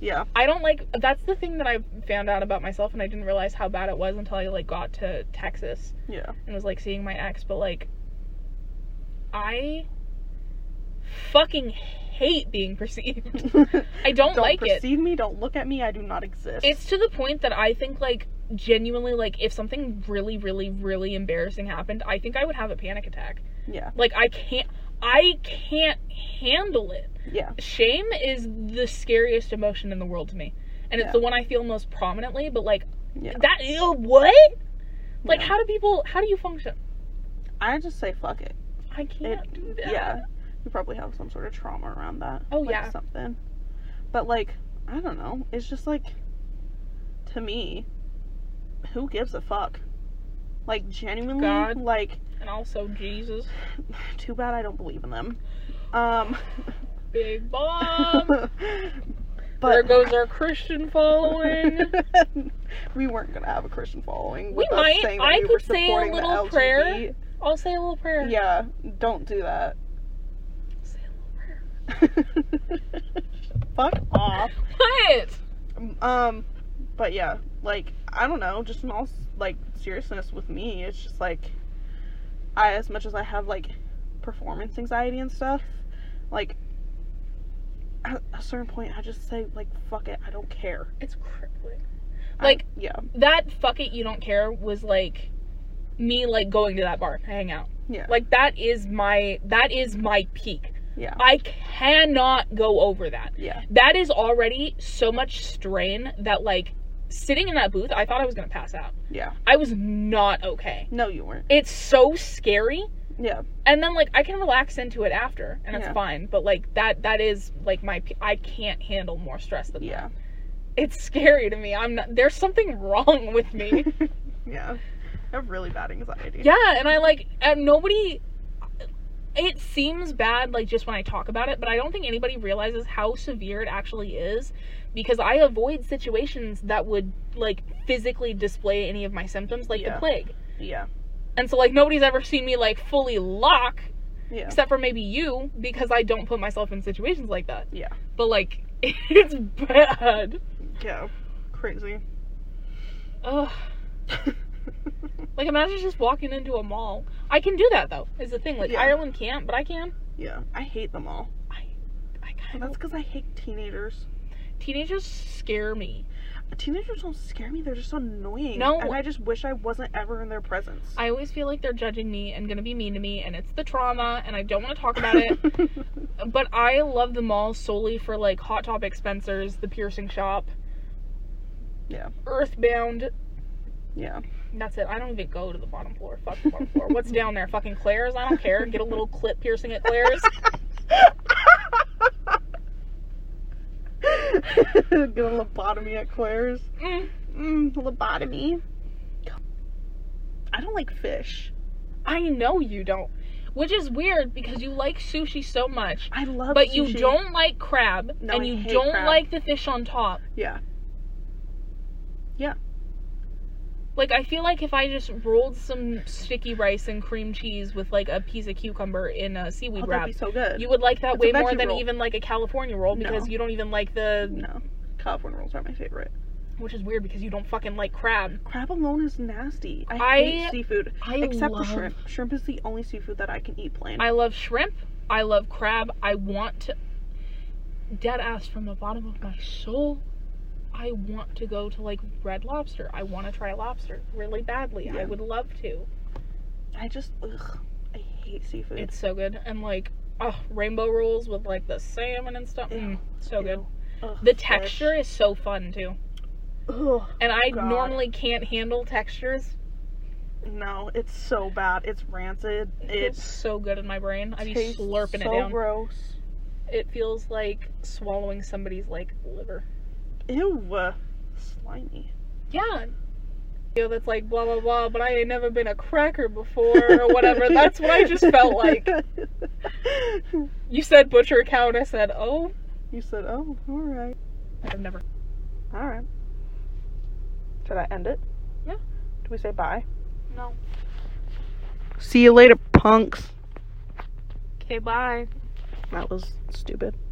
Speaker 2: yeah,
Speaker 1: I don't like. That's the thing that I found out about myself, and I didn't realize how bad it was until I like got to Texas
Speaker 2: yeah.
Speaker 1: and was like seeing my ex. But like, I fucking hate being perceived. I don't,
Speaker 2: don't
Speaker 1: like it.
Speaker 2: perceive me. Don't look at me. I do not exist.
Speaker 1: It's to the point that I think like genuinely like if something really really really embarrassing happened, I think I would have a panic attack.
Speaker 2: yeah,
Speaker 1: Like I can't I can't handle it.
Speaker 2: yeah,
Speaker 1: Shame is the scariest emotion in the world to me. And it's
Speaker 2: Yeah.
Speaker 1: the one I feel most prominently, but like
Speaker 2: yeah.
Speaker 1: that ew, what? Like
Speaker 2: Yeah.
Speaker 1: how do people how do you function?
Speaker 2: I just say fuck it.
Speaker 1: I can't
Speaker 2: It-
Speaker 1: do that.
Speaker 2: Yeah, you probably have some sort of trauma around that.
Speaker 1: Oh
Speaker 2: like
Speaker 1: yeah.
Speaker 2: something. But like, I don't know. It's just like, to me, who gives a fuck? Like genuinely,
Speaker 1: God.
Speaker 2: like
Speaker 1: And also Jesus,
Speaker 2: too bad I don't believe in them. Um,
Speaker 1: big bomb.
Speaker 2: but
Speaker 1: there goes our Christian following.
Speaker 2: we weren't gonna have a Christian following.
Speaker 1: We
Speaker 2: with us
Speaker 1: might.
Speaker 2: saying that
Speaker 1: I
Speaker 2: we were
Speaker 1: could say a
Speaker 2: supporting the
Speaker 1: little
Speaker 2: LGBT.
Speaker 1: prayer. I'll say a little prayer.
Speaker 2: Yeah, don't do that.
Speaker 1: Say a little prayer.
Speaker 2: Fuck off.
Speaker 1: What?
Speaker 2: Um, But yeah, like I don't know, just in all s- like seriousness with me, it's just like I as much as I have like performance anxiety and stuff, like at a certain point I just say like fuck it, I don't care.
Speaker 1: It's crazy.
Speaker 2: I-
Speaker 1: Like-
Speaker 2: yeah,
Speaker 1: That fuck it, you don't care was like me like going to that bar to hang out.
Speaker 2: yeah,
Speaker 1: Like that is my that is my peak.
Speaker 2: yeah,
Speaker 1: I cannot go over that.
Speaker 2: yeah,
Speaker 1: That is already so much strain that like sitting in that booth, I thought I was gonna pass out.
Speaker 2: yeah.
Speaker 1: I was not okay.
Speaker 2: No, you weren't.
Speaker 1: It's so scary.
Speaker 2: Yeah,
Speaker 1: and then like I can relax into it after, and it's
Speaker 2: Yeah.
Speaker 1: fine. But like that that is like my p- I can't handle more stress than
Speaker 2: yeah,
Speaker 1: that. It's scary to me. I'm not. There's something wrong with me.
Speaker 2: yeah. I have really bad anxiety.
Speaker 1: yeah, and I like and nobody. It seems bad like just when I talk about it, but I don't think anybody realizes how severe it actually is because I avoid situations that would like physically display any of my symptoms like
Speaker 2: Yeah.
Speaker 1: the plague.
Speaker 2: yeah,
Speaker 1: And so like nobody's ever seen me like fully lock
Speaker 2: yeah.
Speaker 1: except for maybe you because I don't put myself in situations like that.
Speaker 2: Yeah.
Speaker 1: But like it's bad.
Speaker 2: yeah. Crazy.
Speaker 1: Ugh. Like imagine just walking into a mall. I can do that though. Is the thing like
Speaker 2: Yeah.
Speaker 1: Ireland can't, but I can.
Speaker 2: yeah, I hate them all.
Speaker 1: I kind
Speaker 2: That's
Speaker 1: of
Speaker 2: because I hate teenagers.
Speaker 1: teenagers scare me.
Speaker 2: Teenagers don't scare me. They're just annoying.
Speaker 1: No.
Speaker 2: and I just wish I wasn't ever in their presence.
Speaker 1: I always feel like they're judging me and gonna be mean to me, and it's the trauma, and I don't want to talk about it. but I love the mall solely for like Hot Topic, Spencer's, the piercing shop.
Speaker 2: Yeah.
Speaker 1: Earthbound.
Speaker 2: yeah,
Speaker 1: That's it. I don't even go to the bottom floor. Fuck the bottom floor. What's down there? Fucking Claire's? I don't care. Get a little clip piercing at Claire's.
Speaker 2: get a lobotomy at Claire's.
Speaker 1: Mm.
Speaker 2: Mm, lobotomy. I don't like fish.
Speaker 1: I know you don't. Which is weird because you like sushi so much,
Speaker 2: I love,
Speaker 1: but you
Speaker 2: sushi.
Speaker 1: don't like crab,
Speaker 2: No,
Speaker 1: and
Speaker 2: I
Speaker 1: you
Speaker 2: hate
Speaker 1: don't
Speaker 2: crab.
Speaker 1: like the fish on top.
Speaker 2: Yeah,
Speaker 1: Like I feel like if I just rolled some sticky rice and cream cheese with like a piece of cucumber in a seaweed
Speaker 2: oh, that'd
Speaker 1: wrap,
Speaker 2: be so good.
Speaker 1: you would like that
Speaker 2: It's a
Speaker 1: way more
Speaker 2: veggie
Speaker 1: than
Speaker 2: roll.
Speaker 1: even like a California roll because
Speaker 2: No.
Speaker 1: you don't even like the,
Speaker 2: no, California rolls are my favorite.
Speaker 1: which is weird because you don't fucking like crab.
Speaker 2: Crab alone is nasty. I,
Speaker 1: I-
Speaker 2: hate seafood
Speaker 1: I
Speaker 2: except
Speaker 1: love
Speaker 2: for shrimp. Shrimp is the only seafood that I can eat plain.
Speaker 1: I love shrimp. I love crab. I want to. Dead ass from the bottom of my soul. I want to go to like Red Lobster. I want to try lobster really badly. I
Speaker 2: Yeah.
Speaker 1: would love to.
Speaker 2: I just ugh, I hate seafood.
Speaker 1: It's so good. And like, oh, rainbow rolls with like the salmon and stuff. Mm,
Speaker 2: Ew.
Speaker 1: so good.
Speaker 2: Ew. Ugh,
Speaker 1: The
Speaker 2: fish.
Speaker 1: texture is so fun too.
Speaker 2: Ugh,
Speaker 1: And I
Speaker 2: God.
Speaker 1: normally can't handle textures.
Speaker 2: no, it's so bad. It's rancid.
Speaker 1: It's
Speaker 2: It's
Speaker 1: so good in my brain. I'd be
Speaker 2: tastes
Speaker 1: slurping
Speaker 2: so
Speaker 1: it down.
Speaker 2: gross.
Speaker 1: It feels like swallowing somebody's like liver.
Speaker 2: Ew, uh, slimy.
Speaker 1: Yeah. You know, that's like blah blah blah, but I ain't never been a cracker before or whatever. that's what I just felt like. You said butcher cow, and I said, oh,
Speaker 2: You said, "Oh, all right,
Speaker 1: I've never.
Speaker 2: all right." Should I end it?
Speaker 1: Yeah.
Speaker 2: Do we say bye?
Speaker 1: No.
Speaker 2: See you later, punks.
Speaker 1: Okay, bye.
Speaker 2: That was stupid.